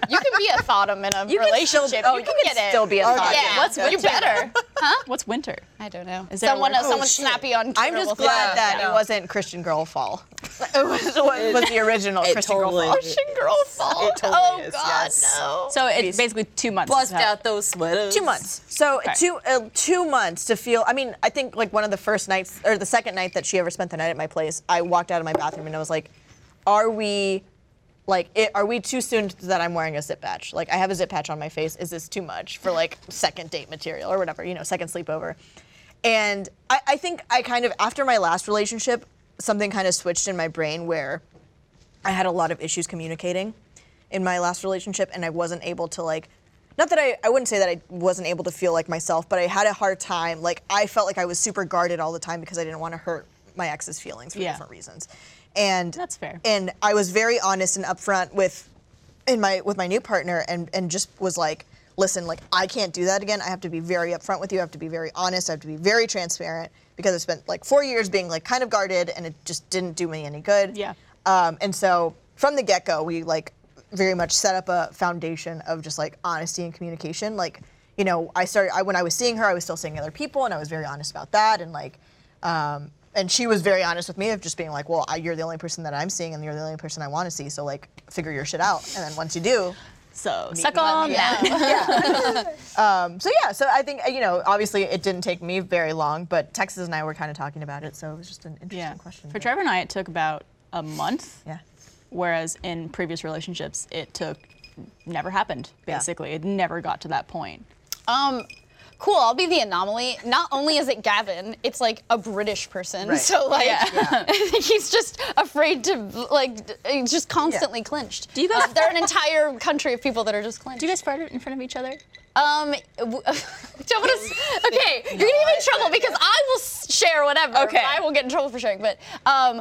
Speaker 5: You can be a thottom in a
Speaker 4: [laughs] You can still-
Speaker 5: relationship.
Speaker 4: oh,
Speaker 5: you
Speaker 4: you
Speaker 5: can
Speaker 4: can
Speaker 5: get it.
Speaker 4: still be a thottom.
Speaker 5: Yeah,
Speaker 4: What's [laughs]
Speaker 5: you better?
Speaker 3: What's winter?
Speaker 5: I don't know.
Speaker 3: there a
Speaker 5: someone,
Speaker 3: word?
Speaker 5: uh,
Speaker 2: Oh,
Speaker 5: someone snappy on.
Speaker 4: I'm just
Speaker 5: terrible
Speaker 4: glad
Speaker 5: thoughts.
Speaker 4: that
Speaker 2: yeah.
Speaker 4: it wasn't Christian Girl
Speaker 5: [laughs]
Speaker 4: Fall. It was, was, was the original
Speaker 2: it
Speaker 4: Christian
Speaker 2: totally
Speaker 4: Girl Fall.
Speaker 2: is.
Speaker 5: Russian girl Oh, fault.
Speaker 2: totally
Speaker 5: oh
Speaker 2: is,
Speaker 5: God,
Speaker 2: yes.
Speaker 5: no.
Speaker 3: So it's basically two months.
Speaker 2: Bust out those sweaters.
Speaker 4: Two months. So two uh, two months to feel. I mean, I think like one of the first nights or the second night that she ever spent the night at my place, I walked out of my bathroom and I was like, "Are we, like, it, are we too soon that I'm wearing a zip patch? Like, I have a zip patch on my face. Is this too much for like second date material or whatever? You know, second sleepover." And I, I think I kind of after my last relationship, something kind of switched in my brain where I had a lot of issues communicating in my last relationship, and I wasn't able to like. Not that I, I wouldn't say that I wasn't able to feel like myself, but I had a hard time. Like I felt like I was super guarded all the time because I didn't want to hurt my ex's feelings for
Speaker 3: Yeah.
Speaker 4: different reasons. And
Speaker 3: That's fair.
Speaker 4: And I was very honest and upfront with in my with my new partner and and just was like listen like i can't do that again i have to be very upfront with you i have to be very honest i have to be very transparent because i spent like four years being like kind of guarded and it just didn't do me any good
Speaker 3: Yeah.
Speaker 4: um, and so from the get-go we like very much set up a foundation of just like honesty and communication like you know i started I, when i was seeing her i was still seeing other people and i was very honest about that and like um, and she was very honest with me of just being like, well, I, you're the only person that I'm seeing, and you're the only person I want to see. So like, figure your shit out. And then once you do,
Speaker 3: So suck on that.
Speaker 4: so yeah. [laughs] So I think uh, you know, obviously, it didn't take me very long, but Texas and I were kind of talking about it, so it was just an interesting
Speaker 3: Yeah.
Speaker 4: question.
Speaker 3: For
Speaker 4: but-
Speaker 3: Trevor and I, it took about a month.
Speaker 4: Yeah.
Speaker 3: Whereas in previous relationships, it took never happened.
Speaker 4: Yeah.
Speaker 3: Basically, it never got to that point.
Speaker 5: Um, cool. I'll be the anomaly. Not only is it Gavin, it's like a British person.
Speaker 4: Right.
Speaker 5: So like, [laughs] he's just afraid to like, d- he's just constantly clinched.
Speaker 3: Do you guys-
Speaker 5: Uh, they're an entire country of people that are just clinched.
Speaker 3: Do you guys fart in front of each other?
Speaker 5: Um, w- [laughs] don't wanna s- okay, you're gonna get me in trouble because I will s- share whatever. but
Speaker 3: Okay.
Speaker 5: I will get in trouble for sharing, but um,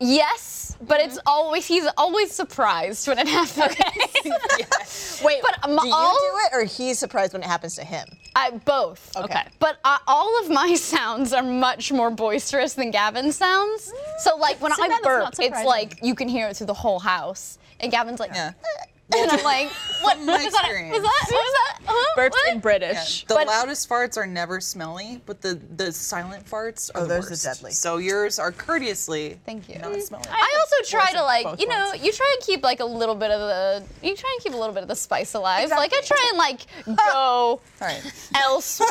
Speaker 5: yes, but
Speaker 3: Mm-hmm.
Speaker 5: it's always he's always surprised when it happens. Okay.
Speaker 3: [laughs]
Speaker 5: Wait, but um,
Speaker 4: Do you
Speaker 5: all
Speaker 4: do it, or he's surprised when it happens to him?
Speaker 5: [laughs] I, both.
Speaker 3: Okay.
Speaker 5: But uh, all of my [laughs] sounds are much more boisterous than Gavin's sounds. So like when
Speaker 3: See, that
Speaker 5: I
Speaker 3: is not
Speaker 5: burp, it's
Speaker 3: surprising.
Speaker 5: like you can hear it through the whole house, and Gavin's like,
Speaker 2: Yeah.
Speaker 5: "Eh," [laughs] and I'm like, what [laughs] was
Speaker 2: my
Speaker 5: that? Was that?
Speaker 2: experience.
Speaker 5: What was that? Huh?
Speaker 3: Burps
Speaker 5: What?"
Speaker 3: in British.
Speaker 2: The
Speaker 5: But-
Speaker 2: loudest farts are never smelly, but the, the silent farts are
Speaker 4: Oh,
Speaker 2: the
Speaker 4: those are
Speaker 2: worst.
Speaker 4: deadly.
Speaker 2: So yours are courteously
Speaker 5: Thank you.
Speaker 2: not smelly.
Speaker 5: I also try to like,
Speaker 2: both
Speaker 5: you know, you try and keep like a little bit of the, you try and keep a little bit of the spice alive. Like I try and like go
Speaker 2: All
Speaker 5: [laughs]
Speaker 2: right.
Speaker 5: elsewhere.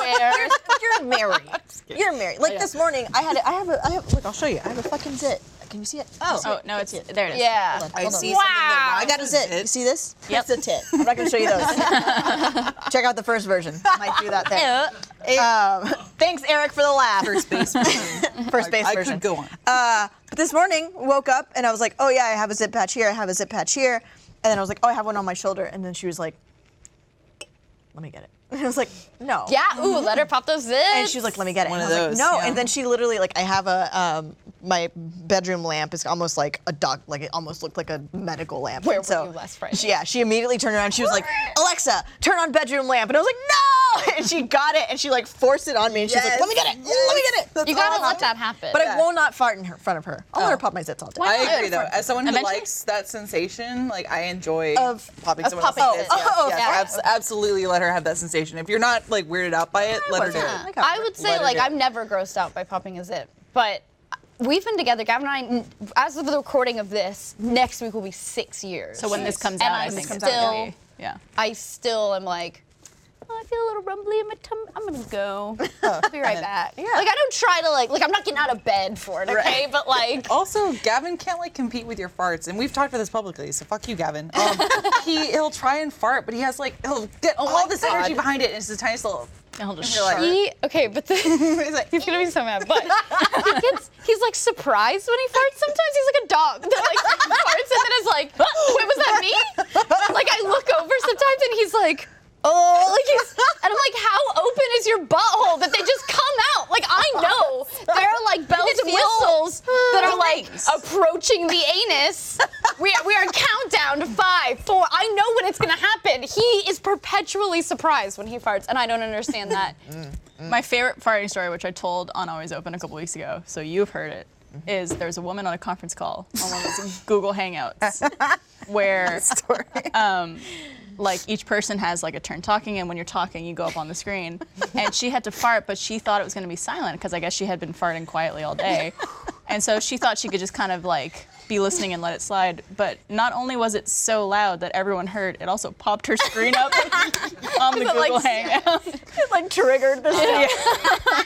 Speaker 4: You're married. You're married. Like this morning, I had. A, I have a. I have. Look, I'll show you. I have a fucking zit. Can you see it? Oh.
Speaker 3: Oh no, it's there it is.
Speaker 5: yeah.
Speaker 2: I see something
Speaker 5: Wow.
Speaker 2: that
Speaker 4: I
Speaker 2: rhymes
Speaker 4: got a
Speaker 2: with
Speaker 4: zit. You see this?
Speaker 3: Yep.
Speaker 4: That's a tit. I'm not gonna show you those. Check out the first version. Might do that there.
Speaker 3: Uh,
Speaker 4: Um, thanks, Eric, for the laugh.
Speaker 2: First base. [laughs] version.
Speaker 4: First base
Speaker 2: I, I
Speaker 4: version.
Speaker 2: could go on.
Speaker 4: Uh, but this morning, woke up and I was like, oh yeah, I have a zip patch here, I have a zip patch here. And then I was like, oh, I have one on my shoulder. And then she was like, let me get it. [laughs] And I was like, no.
Speaker 5: Yeah. Ooh, let her pop those zits.
Speaker 4: And she was like, let me get it.
Speaker 2: One
Speaker 4: and
Speaker 2: of
Speaker 4: I was
Speaker 2: those,
Speaker 4: like, no.
Speaker 2: yeah.
Speaker 4: And then she literally, like, I have a, um, my bedroom lamp is almost like a doc, like it almost looked like a medical lamp.
Speaker 5: Where
Speaker 4: And
Speaker 5: were
Speaker 4: so
Speaker 5: you last Friday?
Speaker 4: She, yeah, she immediately turned around. She was like, Alexa, turn on bedroom lamp. And I was like, no. [laughs] And she got it and she, like, forced it on me. And she was like,
Speaker 2: Yes.
Speaker 4: let me get it. Let me get it.
Speaker 2: That's
Speaker 5: you gotta
Speaker 2: all
Speaker 5: let that happen.
Speaker 4: But I will not fart in her front of her. I'll let her pop my zits all day.
Speaker 5: Why
Speaker 2: I agree though.
Speaker 5: Eventually.
Speaker 2: As someone who likes that sensation, like I enjoy
Speaker 4: Of-
Speaker 2: popping
Speaker 5: of
Speaker 2: someone else's
Speaker 5: popping
Speaker 2: zits.
Speaker 5: it.
Speaker 2: Yes,
Speaker 4: Oh,
Speaker 2: yes,
Speaker 5: yeah.
Speaker 2: abs- absolutely let her have that sensation. If you're not like weirded out by it, let her do
Speaker 4: wasn't.
Speaker 2: it.
Speaker 4: I got
Speaker 5: I would say
Speaker 2: Let her
Speaker 5: like
Speaker 2: do it.
Speaker 5: I'm never grossed out by popping a zip, but we've been together, Gavin and I, as of the recording of this, next week will be six years.
Speaker 3: so when this comes
Speaker 5: and
Speaker 3: out, I
Speaker 5: I'm
Speaker 3: think it's
Speaker 5: still,
Speaker 3: gonna be- yeah.
Speaker 5: I still am like. "Oh, I feel a little rumbly in my tummy. I'm gonna
Speaker 4: [laughs]
Speaker 5: go. I'll
Speaker 3: [laughs]
Speaker 5: be right back. Like I don't try to like like I'm not getting out of bed for it, okay?
Speaker 4: [laughs]
Speaker 5: But like
Speaker 2: Also, Gavin can't like compete with your farts, and we've talked about this publicly. So fuck you,
Speaker 5: [laughs]
Speaker 2: Gavin. Um, he he'll try and fart, but he has like he'll get all this energy behind it, and it's the tiniest little.
Speaker 3: He'll just
Speaker 2: and you're like,
Speaker 5: Oh he okay, but
Speaker 4: [laughs]
Speaker 5: the, he's, like, he's gonna be so mad. But [laughs] he gets he's like surprised when he farts. Sometimes he's like a dog that like farts and then is like, "Wait, was that me?" Like I look over sometimes and he's like, "Oh," like he's, and I'm like, "How open is your butthole that they just come out?" Like I know there are like bells and whistles Oh, that are like approaching the anus. We are, we are countdown to five, four. I know when it's gonna happen. He is perpetually surprised when he farts, and I don't understand [laughs] that.
Speaker 3: My favorite farting story, which I told on Always Open a couple weeks ago, so you've heard it, is there was a woman on a conference call on one of those [laughs] Google Hangouts where, um, like, each person has like a turn talking, and when you're talking, you go up on the screen. And she had to fart, but she thought it was going to be silent because I guess she had been farting quietly all day, and so she thought she could just kind of like be listening and let it slide. But not only was it so loud that everyone heard, it also popped her screen up on the Google Hangout. [laughs]
Speaker 4: like triggered
Speaker 5: [laughs]
Speaker 4: this. Yeah.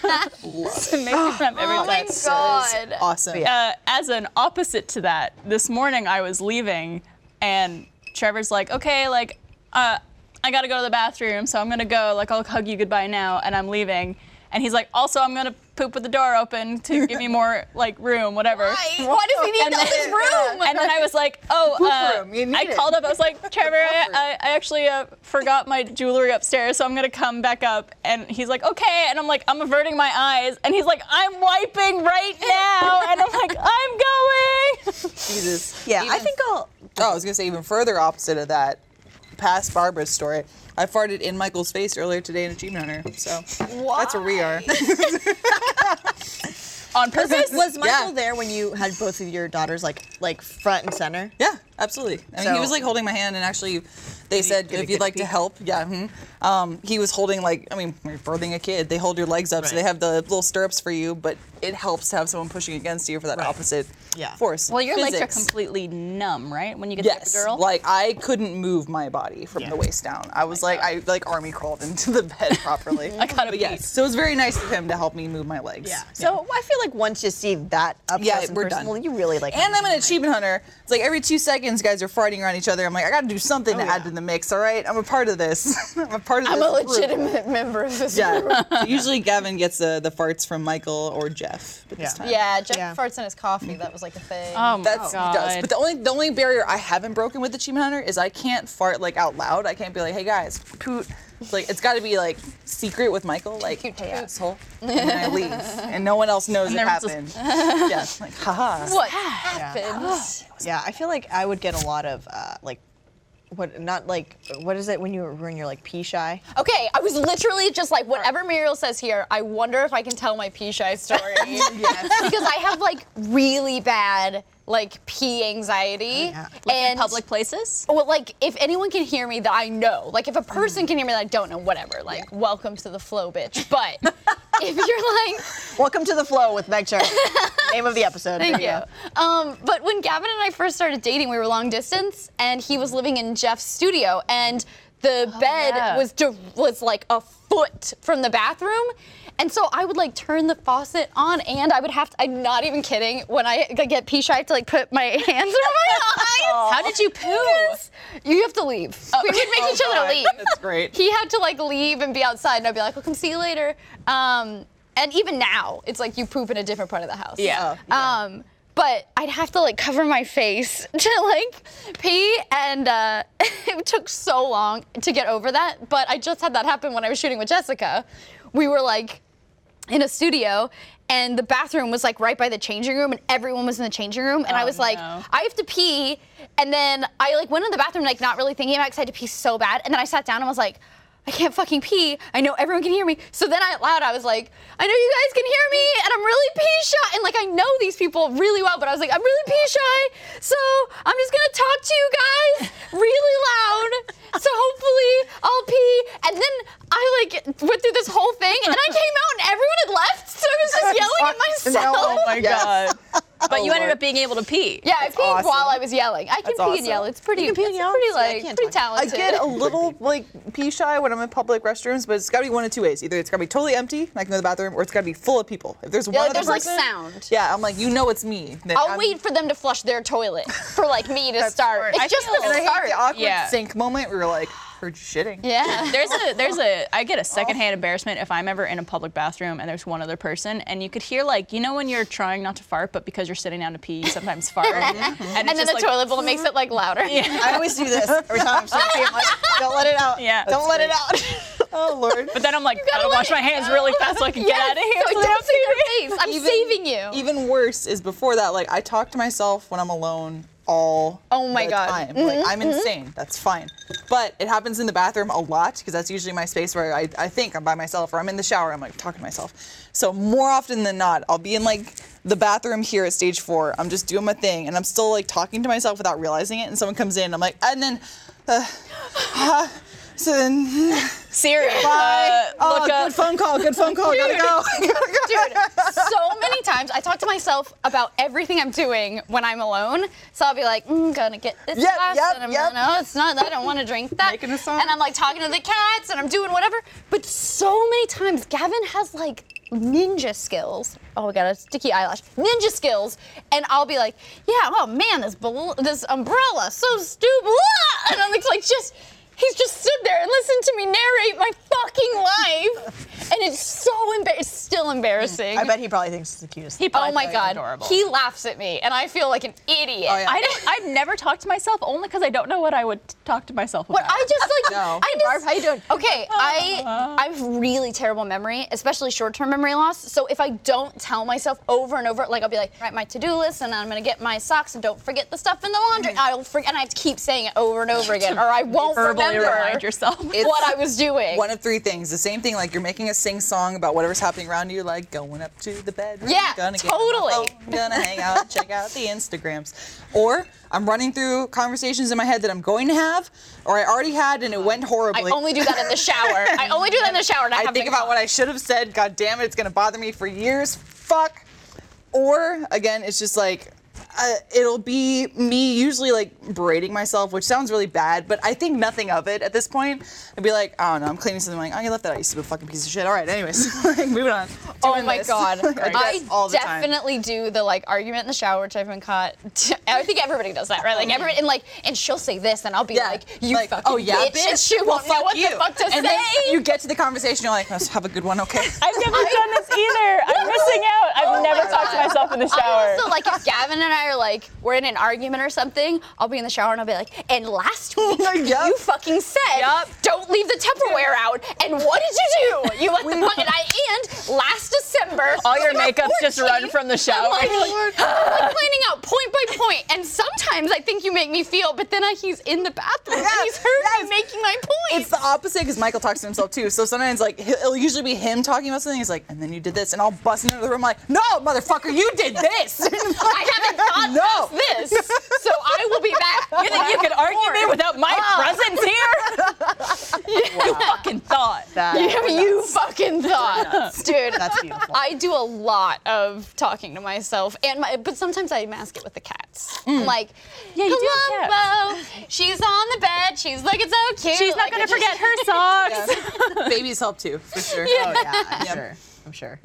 Speaker 3: It makes me cramp every time.
Speaker 5: God.
Speaker 2: awesome.
Speaker 3: uh, as an opposite to that, this morning I was leaving, and Trevor's like, "Okay, like, uh, I gotta go to the bathroom, so I'm gonna go. Like, I'll hug you goodbye now, and I'm leaving." And he's like, "Also, I'm gonna poop with the door open to give me
Speaker 2: [laughs]
Speaker 3: more like room, whatever."
Speaker 5: Why does he need all this room?
Speaker 3: And then I was
Speaker 2: [laughs]
Speaker 3: like, oh, uh,
Speaker 2: room, you need
Speaker 3: I
Speaker 2: it.
Speaker 3: called up. I was
Speaker 2: [laughs]
Speaker 3: like, Trevor, I, I, I actually uh, forgot my jewelry upstairs, so I'm gonna come back up. And he's like, okay. And I'm like, I'm averting my eyes. And he's like, I'm wiping
Speaker 2: [laughs]
Speaker 3: right now. And I'm like, I'm going.
Speaker 2: Jesus.
Speaker 4: Yeah, I
Speaker 2: Even-
Speaker 4: think I'll.
Speaker 2: Oh, I was gonna say even further opposite of that, past Barbara's story. I farted in Michael's face earlier today in Achievement Hunter, so that's where we are.
Speaker 3: On purpose.
Speaker 4: Was Michael
Speaker 2: Yeah.
Speaker 4: there when you had both of your daughters like like front and center?
Speaker 2: Yeah, absolutely. I mean,
Speaker 4: So-
Speaker 2: he was like holding my hand, and actually, they said
Speaker 4: give it-
Speaker 2: if
Speaker 4: give it
Speaker 2: you'd like
Speaker 4: a
Speaker 2: to
Speaker 4: peek?
Speaker 2: help, yeah. mhm. Um, he was holding like, I mean, when you're birthing a kid, they hold your legs up, so
Speaker 4: Right.
Speaker 2: they have the little stirrups for you, but it helps to have someone pushing against you for that opposite
Speaker 4: Yeah.
Speaker 2: force.
Speaker 3: [laughs] well, your legs
Speaker 2: Physics.
Speaker 3: are completely numb, right? When you get
Speaker 2: Yes,
Speaker 3: the girl.
Speaker 2: like I couldn't move my body from
Speaker 4: Yeah.
Speaker 2: the waist down. I was like, I like army crawled into the bed
Speaker 4: [laughs]
Speaker 2: properly. I
Speaker 3: gotta
Speaker 2: but
Speaker 3: pee.
Speaker 2: yes, so it was very nice of him to help me move my legs.
Speaker 4: So I feel like once you see that up
Speaker 2: Yeah,
Speaker 4: close and
Speaker 2: we're done.
Speaker 4: personal, you really like.
Speaker 2: And I'm an achievement hunter. It's like every two seconds, guys are fighting around each other. I'm like, I gotta do something to add to the mix, all right? I'm a part of this. [laughs] I'm a part of
Speaker 5: Oh, I'm a
Speaker 2: this. group.
Speaker 5: legitimate member of this group.
Speaker 2: Yeah. So [laughs] usually Gavin gets uh, the, the farts from Michael or Jeff. But this
Speaker 4: Yeah.
Speaker 2: time.
Speaker 5: [laughs] Yeah, Jeff
Speaker 4: Yeah.
Speaker 5: farts in his coffee. That was like a thing.
Speaker 3: oh my
Speaker 2: That's
Speaker 3: god.
Speaker 2: he does. But the only the only barrier I haven't broken with Achievement Hunter is I can't fart like out loud. I can't be like, hey guys, poot. It's like it's got to be like secret with Michael, like hey, asshole, and then I leave, and no one else knows it happened.
Speaker 3: everyone's
Speaker 5: [laughs]
Speaker 2: yeah, like haha.
Speaker 3: What happened?
Speaker 4: Yeah, I feel like I would get a lot of uh, like, what not like what is it when you when you're like pee shy?
Speaker 5: [gasps] Okay, I was literally just like, whatever Muriel says here, I wonder if I can tell my pee
Speaker 2: [laughs]
Speaker 5: shy [laughs] story. Because I have like really bad like pee anxiety.
Speaker 3: Like in
Speaker 5: and-
Speaker 3: public places?
Speaker 5: Well, like if anyone can hear me that I know, like if a person can hear me that I don't know, whatever. Like, welcome to the flow, bitch. But if you're like,
Speaker 4: Welcome to the flow with Meg [laughs] Church. Name of the episode.
Speaker 5: Thank
Speaker 4: There
Speaker 5: you. Um, but when Gavin and I first started dating, we were long distance, and he was living in Jeff's studio, and the bed
Speaker 3: Oh, yeah.
Speaker 5: was di- was like a foot from the bathroom, and so I would like turn the faucet on, and I would have to. I'm not even kidding. When I like, get pee shy, I have to like put my [laughs] hands
Speaker 3: [laughs]
Speaker 5: over my eyes.
Speaker 3: How did you poo? Oh,
Speaker 5: 'Cause You have to leave. we would make each other leave.
Speaker 2: That's great.
Speaker 5: He had to like leave and be outside, and I'd be like, "Well, come see you later." Um, and even now, it's like you poop in a different part of the house.
Speaker 2: Yeah. Oh,
Speaker 5: Um, but I'd have to like cover my face [laughs] to like pee, and uh, [laughs] it took so long to get over that. But I just had that happen when I was shooting with Jessica. We were like in a studio. And the bathroom was like right by the changing room, and everyone was in the changing room. And I was like,
Speaker 3: no.
Speaker 5: I have to pee. And then I like went in the bathroom, like not really thinking about it 'cause I had to pee so bad. And then I sat down and was like, I can't fucking pee. I know everyone can hear me. So then out loud, I was like, I know you guys can hear me, and I'm really pee shy. And like, I know these people really well, but I was like, I'm really pee shy. So I'm just gonna talk to you guys really loud. So hopefully I'll pee. And then I like went through this whole thing, and I came out, and everyone had left. So I was just yelling at myself.
Speaker 2: Oh my god.
Speaker 3: But you ended up being able to pee.
Speaker 5: Yeah, I peed
Speaker 4: awesome.
Speaker 5: while I was yelling. I can pee
Speaker 2: awesome.
Speaker 5: and yell. It's pretty.
Speaker 4: You can pee and
Speaker 5: it's
Speaker 4: yell?
Speaker 5: Pretty
Speaker 4: See, I
Speaker 5: like
Speaker 4: can't
Speaker 5: pretty
Speaker 4: talk.
Speaker 2: I
Speaker 5: talented. [laughs]
Speaker 2: get a little like pee shy when I'm in public restrooms, but it's got to be one of two ways. Either it's got to be totally empty, and I can go to the bathroom, or it's got to be full of people. If there's one
Speaker 5: like,
Speaker 2: other
Speaker 5: there's, like,
Speaker 2: person,
Speaker 5: sound.
Speaker 2: Yeah, I'm like, you know, it's me. Then
Speaker 5: I'll
Speaker 2: I'm-
Speaker 5: wait for them to flush their [laughs] toilet for like me to start.
Speaker 2: smart.
Speaker 5: It's
Speaker 2: I
Speaker 5: just
Speaker 2: feel-
Speaker 5: the
Speaker 2: [laughs] and I hate
Speaker 5: start.
Speaker 2: the awkward
Speaker 3: Yeah.
Speaker 2: sink moment where you're like, heard you shitting.
Speaker 5: yeah.
Speaker 3: There's a there's a I get a secondhand embarrassment if I'm ever in a public bathroom and there's one other person and you could hear like you know when you're trying not to fart but because you're sitting down to pee you sometimes fart and,
Speaker 5: And, then the toilet bowl makes it like louder. [laughs] Yeah.
Speaker 4: I always do this every time
Speaker 5: [laughs]
Speaker 4: I'm sleepy. I'm like, don't let it out.
Speaker 3: Yeah.
Speaker 4: Don't let it out.
Speaker 2: [laughs] Oh lord.
Speaker 3: But then I'm like
Speaker 5: gotta
Speaker 3: gotta wash
Speaker 5: let
Speaker 3: my
Speaker 5: it
Speaker 3: hands really fast so I can get out of here.
Speaker 5: So
Speaker 3: [laughs]
Speaker 5: I don't see your face. I'm saving you.
Speaker 2: Even worse is before that, like I talk to myself when I'm alone all
Speaker 5: Oh my
Speaker 2: the
Speaker 5: God. Mm-hmm.
Speaker 2: time. Like I'm insane. That's fine. But it happens in the bathroom a lot because that's usually my space where I, I think I'm by myself or I'm in the shower, I'm like talking to myself. So more often than not, I'll be in like the bathroom here at stage four. I'm just doing my thing and I'm still like talking to myself without realizing it. And someone comes in, I'm like, and then uh, uh, so then
Speaker 3: Siri,
Speaker 2: Bye.
Speaker 3: uh,
Speaker 2: oh,
Speaker 3: look
Speaker 2: good
Speaker 3: up.
Speaker 2: phone call, good phone call, gotta go.
Speaker 5: [laughs] Dude, so many times I talk to myself about everything I'm doing when I'm alone. So I'll be like, mm, gonna get this
Speaker 2: Yep,
Speaker 5: glass,
Speaker 2: yep,
Speaker 5: and I'm
Speaker 2: yep.
Speaker 5: no, Oh, it's not. I don't want to drink that.
Speaker 2: Making a song.
Speaker 5: And I'm like talking to the cats, and I'm doing whatever. But so many times, Gavin has like ninja skills. Oh, I got a sticky eyelash. Ninja skills, and I'll be like, yeah, oh man, this bel- this umbrella, so stupid. [laughs] Blah! And I'm like, like just. He's just stood there and listened to me narrate my fucking life, and it's so embar- it's still embarrassing.
Speaker 4: I bet he probably thinks it's the cutest. He
Speaker 5: oh my god, he laughs at me, and I feel like an idiot.
Speaker 2: yeah.
Speaker 3: I don't, I've never talked to myself only because I don't know what I would talk to myself
Speaker 5: But
Speaker 3: about.
Speaker 5: I just
Speaker 2: [laughs]
Speaker 5: like
Speaker 2: No.
Speaker 5: I just how you doing? Okay,
Speaker 2: [laughs]
Speaker 5: I I have really terrible memory, especially short-term memory loss. So if I don't tell myself over and over, like I'll be like, write my to-do list, and I'm gonna get my socks, and don't forget the stuff in the laundry.
Speaker 2: Mm-hmm.
Speaker 5: I'll forget, and I have to keep saying it over
Speaker 2: [laughs]
Speaker 5: and over again, or I won't
Speaker 3: verbally
Speaker 5: remember
Speaker 3: remind yourself.
Speaker 5: what I was doing.
Speaker 2: One of three things. The same thing, like you're making a sing song about whatever's happening around you, like going up to the bedroom.
Speaker 5: Yeah,
Speaker 2: gonna get on my
Speaker 5: totally.
Speaker 2: phone, gonna hang out, check out the Instagrams. Or I'm running through conversations in my head that I'm going to have, or I already had and it went
Speaker 5: I
Speaker 2: horribly.
Speaker 5: only do that in the shower. I only do that in the shower.
Speaker 2: [laughs]
Speaker 5: And I,
Speaker 2: I
Speaker 5: have
Speaker 2: think
Speaker 5: been
Speaker 2: about
Speaker 5: caught.
Speaker 2: what I should have said. God damn it, it's gonna bother me for years. Fuck. Or again, it's just like uh, it'll be me usually like berating myself, which sounds really bad, but I think nothing of it at this point. I'd be like, I don't know, I'm cleaning something. Like, oh, you left that out, you stupid fucking piece of shit. All right, anyways, [laughs] like, moving on.
Speaker 5: Oh
Speaker 2: Doing
Speaker 5: my
Speaker 2: this.
Speaker 5: god!
Speaker 2: Like, [laughs] I do
Speaker 5: I
Speaker 2: that all the time.
Speaker 5: definitely do the like argument in the shower, which I've been caught. I think everybody does that, right? Like everybody, and like, and she'll say this, and I'll be
Speaker 2: Yeah.
Speaker 5: like, "You
Speaker 2: Like,
Speaker 5: fucking
Speaker 2: oh yeah,
Speaker 5: bitch,", and she
Speaker 2: Well,
Speaker 5: won't know what
Speaker 2: you.
Speaker 5: the fuck to
Speaker 2: and
Speaker 5: say.
Speaker 2: Then you get to the conversation, you're like, let's have a good one, okay?
Speaker 3: I've never done this either. I'm missing out. I've never talked to myself in the
Speaker 5: I
Speaker 7: [laughs]
Speaker 3: shower.
Speaker 5: also like if Gavin Ellen and I are like, we're in an argument or something, I'll be in the shower and I'll be like, and last
Speaker 7: Oh
Speaker 5: week
Speaker 2: Yup.
Speaker 5: you fucking said,
Speaker 3: Yup.
Speaker 5: don't leave the Tupperware out. And what did you do? You
Speaker 7: [laughs]
Speaker 5: let the bucket I and last December.
Speaker 7: All
Speaker 5: [laughs]
Speaker 7: your
Speaker 5: we had
Speaker 7: makeup's just
Speaker 5: 14."
Speaker 7: run from the shower. [laughs]
Speaker 5: I'm like, like planning out point by point. And sometimes I think you make me feel, but then I, he's in the bathroom and he's heard me making my point.
Speaker 2: It's the opposite because Michael talks to himself too. So sometimes, like, he'll- it'll usually be him talking about something. He's like, and then you did this, and I'll bust into the room like, no, motherfucker, you did this. And I'm
Speaker 5: I
Speaker 2: like,
Speaker 7: [laughs]
Speaker 5: haven't thought past this, so I will be back. [laughs]
Speaker 3: You think you could argue me without my presence here? You fucking thought.
Speaker 4: That,
Speaker 5: Yeah, you fucking thought, dude.
Speaker 4: That's [laughs] beautiful.
Speaker 5: I do a lot of talking to myself, and my, but sometimes I mask it with the cats. I'm like, yeah,
Speaker 3: you do have
Speaker 5: She's on the bed. She's looking so cute.
Speaker 3: She's not
Speaker 5: Like, I
Speaker 3: gonna
Speaker 5: just-
Speaker 3: forget her socks.
Speaker 2: Babies help too, for sure.
Speaker 4: oh yeah, [laughs] I'm
Speaker 2: Yep.
Speaker 4: sure. I'm sure.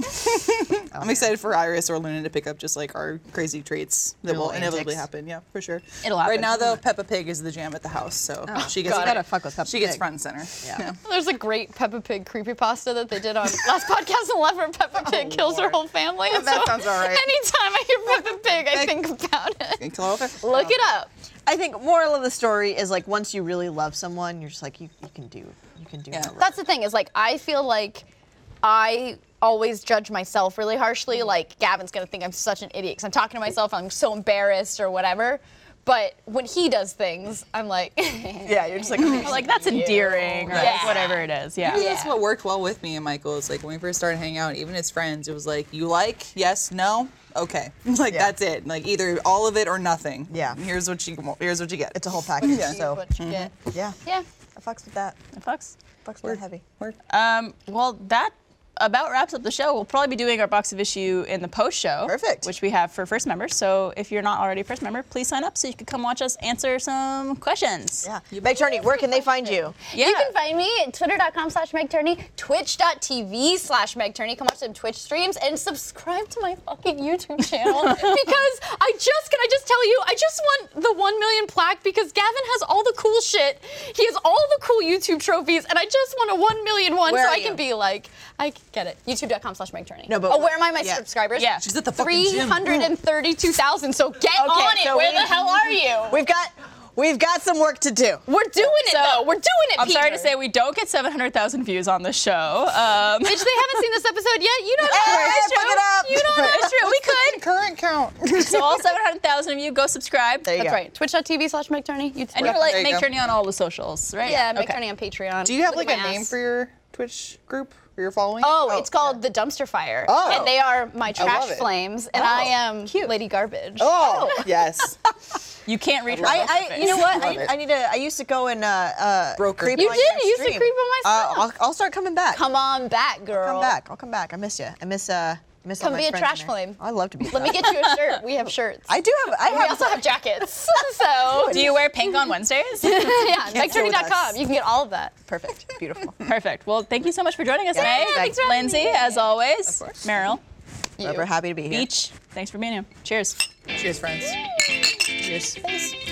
Speaker 2: I'm excited for Iris or Luna to pick up just like our crazy traits that will
Speaker 4: Little
Speaker 2: inevitably
Speaker 4: antics.
Speaker 2: happen. Yeah, for sure.
Speaker 3: It'll
Speaker 2: Right
Speaker 3: happen.
Speaker 2: now though, Peppa Pig is the jam at the house, so she gets
Speaker 4: You gotta fuck with Peppa
Speaker 2: she gets
Speaker 4: Pig.
Speaker 2: front and center.
Speaker 4: Yeah.
Speaker 5: There's a great Peppa Pig creepypasta that they did on last podcast on Love, where Peppa Pig kills her whole family. And
Speaker 2: That sounds all right.
Speaker 5: Anytime I hear Peppa Pig, I think about it.
Speaker 2: And Clover.
Speaker 5: Look it up.
Speaker 4: I think moral of the story is like once you really love someone, you're just like you, you can do you can do
Speaker 2: Yeah.
Speaker 4: it.
Speaker 5: That's the thing is like I feel like I always judge myself really harshly. Like Gavin's gonna think I'm such an idiot because I'm talking to myself. I'm so embarrassed or whatever. But when he does things, I'm like, [laughs]
Speaker 2: Yeah, you're
Speaker 4: [laughs]
Speaker 2: just like,
Speaker 3: [laughs]
Speaker 2: okay,
Speaker 3: Like that's endearing or
Speaker 5: Yeah.
Speaker 3: whatever it is. Yeah.
Speaker 2: Maybe that's what worked well with me and Michael. It's like when we first started hanging out, even as friends, it was like, you like, yes, no, okay. [laughs] Like
Speaker 4: Yeah.
Speaker 2: that's it. Like either all of it or nothing.
Speaker 4: Yeah.
Speaker 2: Here's what you here's what you get.
Speaker 4: It's a whole package.
Speaker 2: Yeah.
Speaker 4: So mm-hmm.
Speaker 5: what you get.
Speaker 4: yeah,
Speaker 5: Yeah.
Speaker 4: I fucks with that.
Speaker 3: Fucks.
Speaker 4: Fucks with that heavy.
Speaker 2: Word.
Speaker 3: Um, well, that about wraps up the show. We'll probably be doing our box of issue in the post show.
Speaker 4: Perfect.
Speaker 3: Which we have for first members. So if you're not already a first member, please sign up so you can come watch us answer some questions.
Speaker 4: Yeah. Meg Turney, where can they find you?
Speaker 3: Yeah.
Speaker 5: You can find me at twitter.com slash megturney, twitch.tv slash megturney. Come watch some Twitch streams and subscribe to my fucking YouTube channel because I just, can I just tell you, I just won the 1 million plaque because Gavin has all the cool shit. He has all the cool YouTube trophies and I just won a 1 million one
Speaker 4: Where
Speaker 5: so
Speaker 4: are
Speaker 5: I can
Speaker 4: you?
Speaker 5: be like, I can get it. YouTube.com slash megturney.
Speaker 4: No, but-
Speaker 5: oh, where am I, my
Speaker 4: yeah.
Speaker 5: subscribers?
Speaker 3: Yeah.
Speaker 2: She's at the fucking gym.
Speaker 5: 332,000. So get on it.
Speaker 4: so
Speaker 5: where
Speaker 4: we-
Speaker 5: the hell
Speaker 4: [laughs]
Speaker 5: are you?
Speaker 4: We've got we've got some work to do.
Speaker 5: We're doing it
Speaker 3: So-
Speaker 5: though. We're doing it.
Speaker 3: I'm sorry
Speaker 5: Peter.
Speaker 3: to say we don't get 700,000 views on the show.
Speaker 5: [laughs]
Speaker 3: Um,
Speaker 5: Bitch, they haven't seen this episode yet. You
Speaker 2: [laughs]
Speaker 5: don't know.
Speaker 4: Hey,
Speaker 5: It's
Speaker 4: fuck
Speaker 5: true.
Speaker 4: it up.
Speaker 5: You don't know.
Speaker 3: it's true. We
Speaker 4: [laughs]
Speaker 3: could.
Speaker 2: Current count. [laughs]
Speaker 3: So all 700,000 of you go subscribe.
Speaker 4: There you
Speaker 5: That's
Speaker 4: go.
Speaker 5: right. Twitch.tv slash Mike Turney. You
Speaker 3: And you're like
Speaker 2: There you
Speaker 3: make
Speaker 2: go.
Speaker 3: journey on all the socials, right?
Speaker 5: yeah, Mike
Speaker 3: Okay.
Speaker 5: Turney on Patreon.
Speaker 2: Do you have
Speaker 5: Look
Speaker 2: like
Speaker 5: at
Speaker 2: a
Speaker 5: my
Speaker 2: name
Speaker 5: ass.
Speaker 2: for your Twitch group or your following?
Speaker 5: Oh, it's called the Dumpster Fire.
Speaker 2: Oh.
Speaker 5: And they are my trash
Speaker 2: love it.
Speaker 5: flames, and I am Lady Garbage.
Speaker 2: Oh, yes.
Speaker 3: You can't read her.
Speaker 4: I, I you know what?
Speaker 2: Love
Speaker 4: I,
Speaker 2: it.
Speaker 4: I need to. I used to go and uh, uh
Speaker 2: Broker.
Speaker 4: creep
Speaker 5: You
Speaker 4: on
Speaker 5: did.
Speaker 4: your
Speaker 5: You used to
Speaker 4: stream.
Speaker 5: creep on my
Speaker 4: Uh, I'll,
Speaker 5: stuff.
Speaker 4: I'll start coming back.
Speaker 5: Come on back, girl.
Speaker 4: Come back. I'll come back. I miss you. I miss uh I miss all my
Speaker 5: Come be a
Speaker 4: friends in
Speaker 5: trash
Speaker 4: there.
Speaker 5: flame.
Speaker 4: I love to be. a
Speaker 5: Let me
Speaker 4: trash-
Speaker 5: get you a shirt. We have
Speaker 2: [laughs]
Speaker 5: shirts.
Speaker 4: I do have. I
Speaker 5: And
Speaker 4: have.
Speaker 5: we also have jackets. So, [laughs]
Speaker 3: Do you wear pink
Speaker 4: [laughs]
Speaker 3: on Wednesdays?
Speaker 5: yeah,
Speaker 4: deal with
Speaker 5: MikeTurney.com.
Speaker 4: us.
Speaker 5: You can get all of that. [laughs]
Speaker 4: perfect. Beautiful.
Speaker 3: Perfect. Well, thank you so much for joining us
Speaker 4: Yeah,
Speaker 3: today.
Speaker 4: thanks
Speaker 5: for having
Speaker 3: Lindsay,
Speaker 5: me.
Speaker 3: as always.
Speaker 2: Of course.
Speaker 3: Meryl.
Speaker 4: We're happy to be here.
Speaker 3: Beach. Thanks for being here. Cheers.
Speaker 2: Cheers, friends.
Speaker 4: Cheers.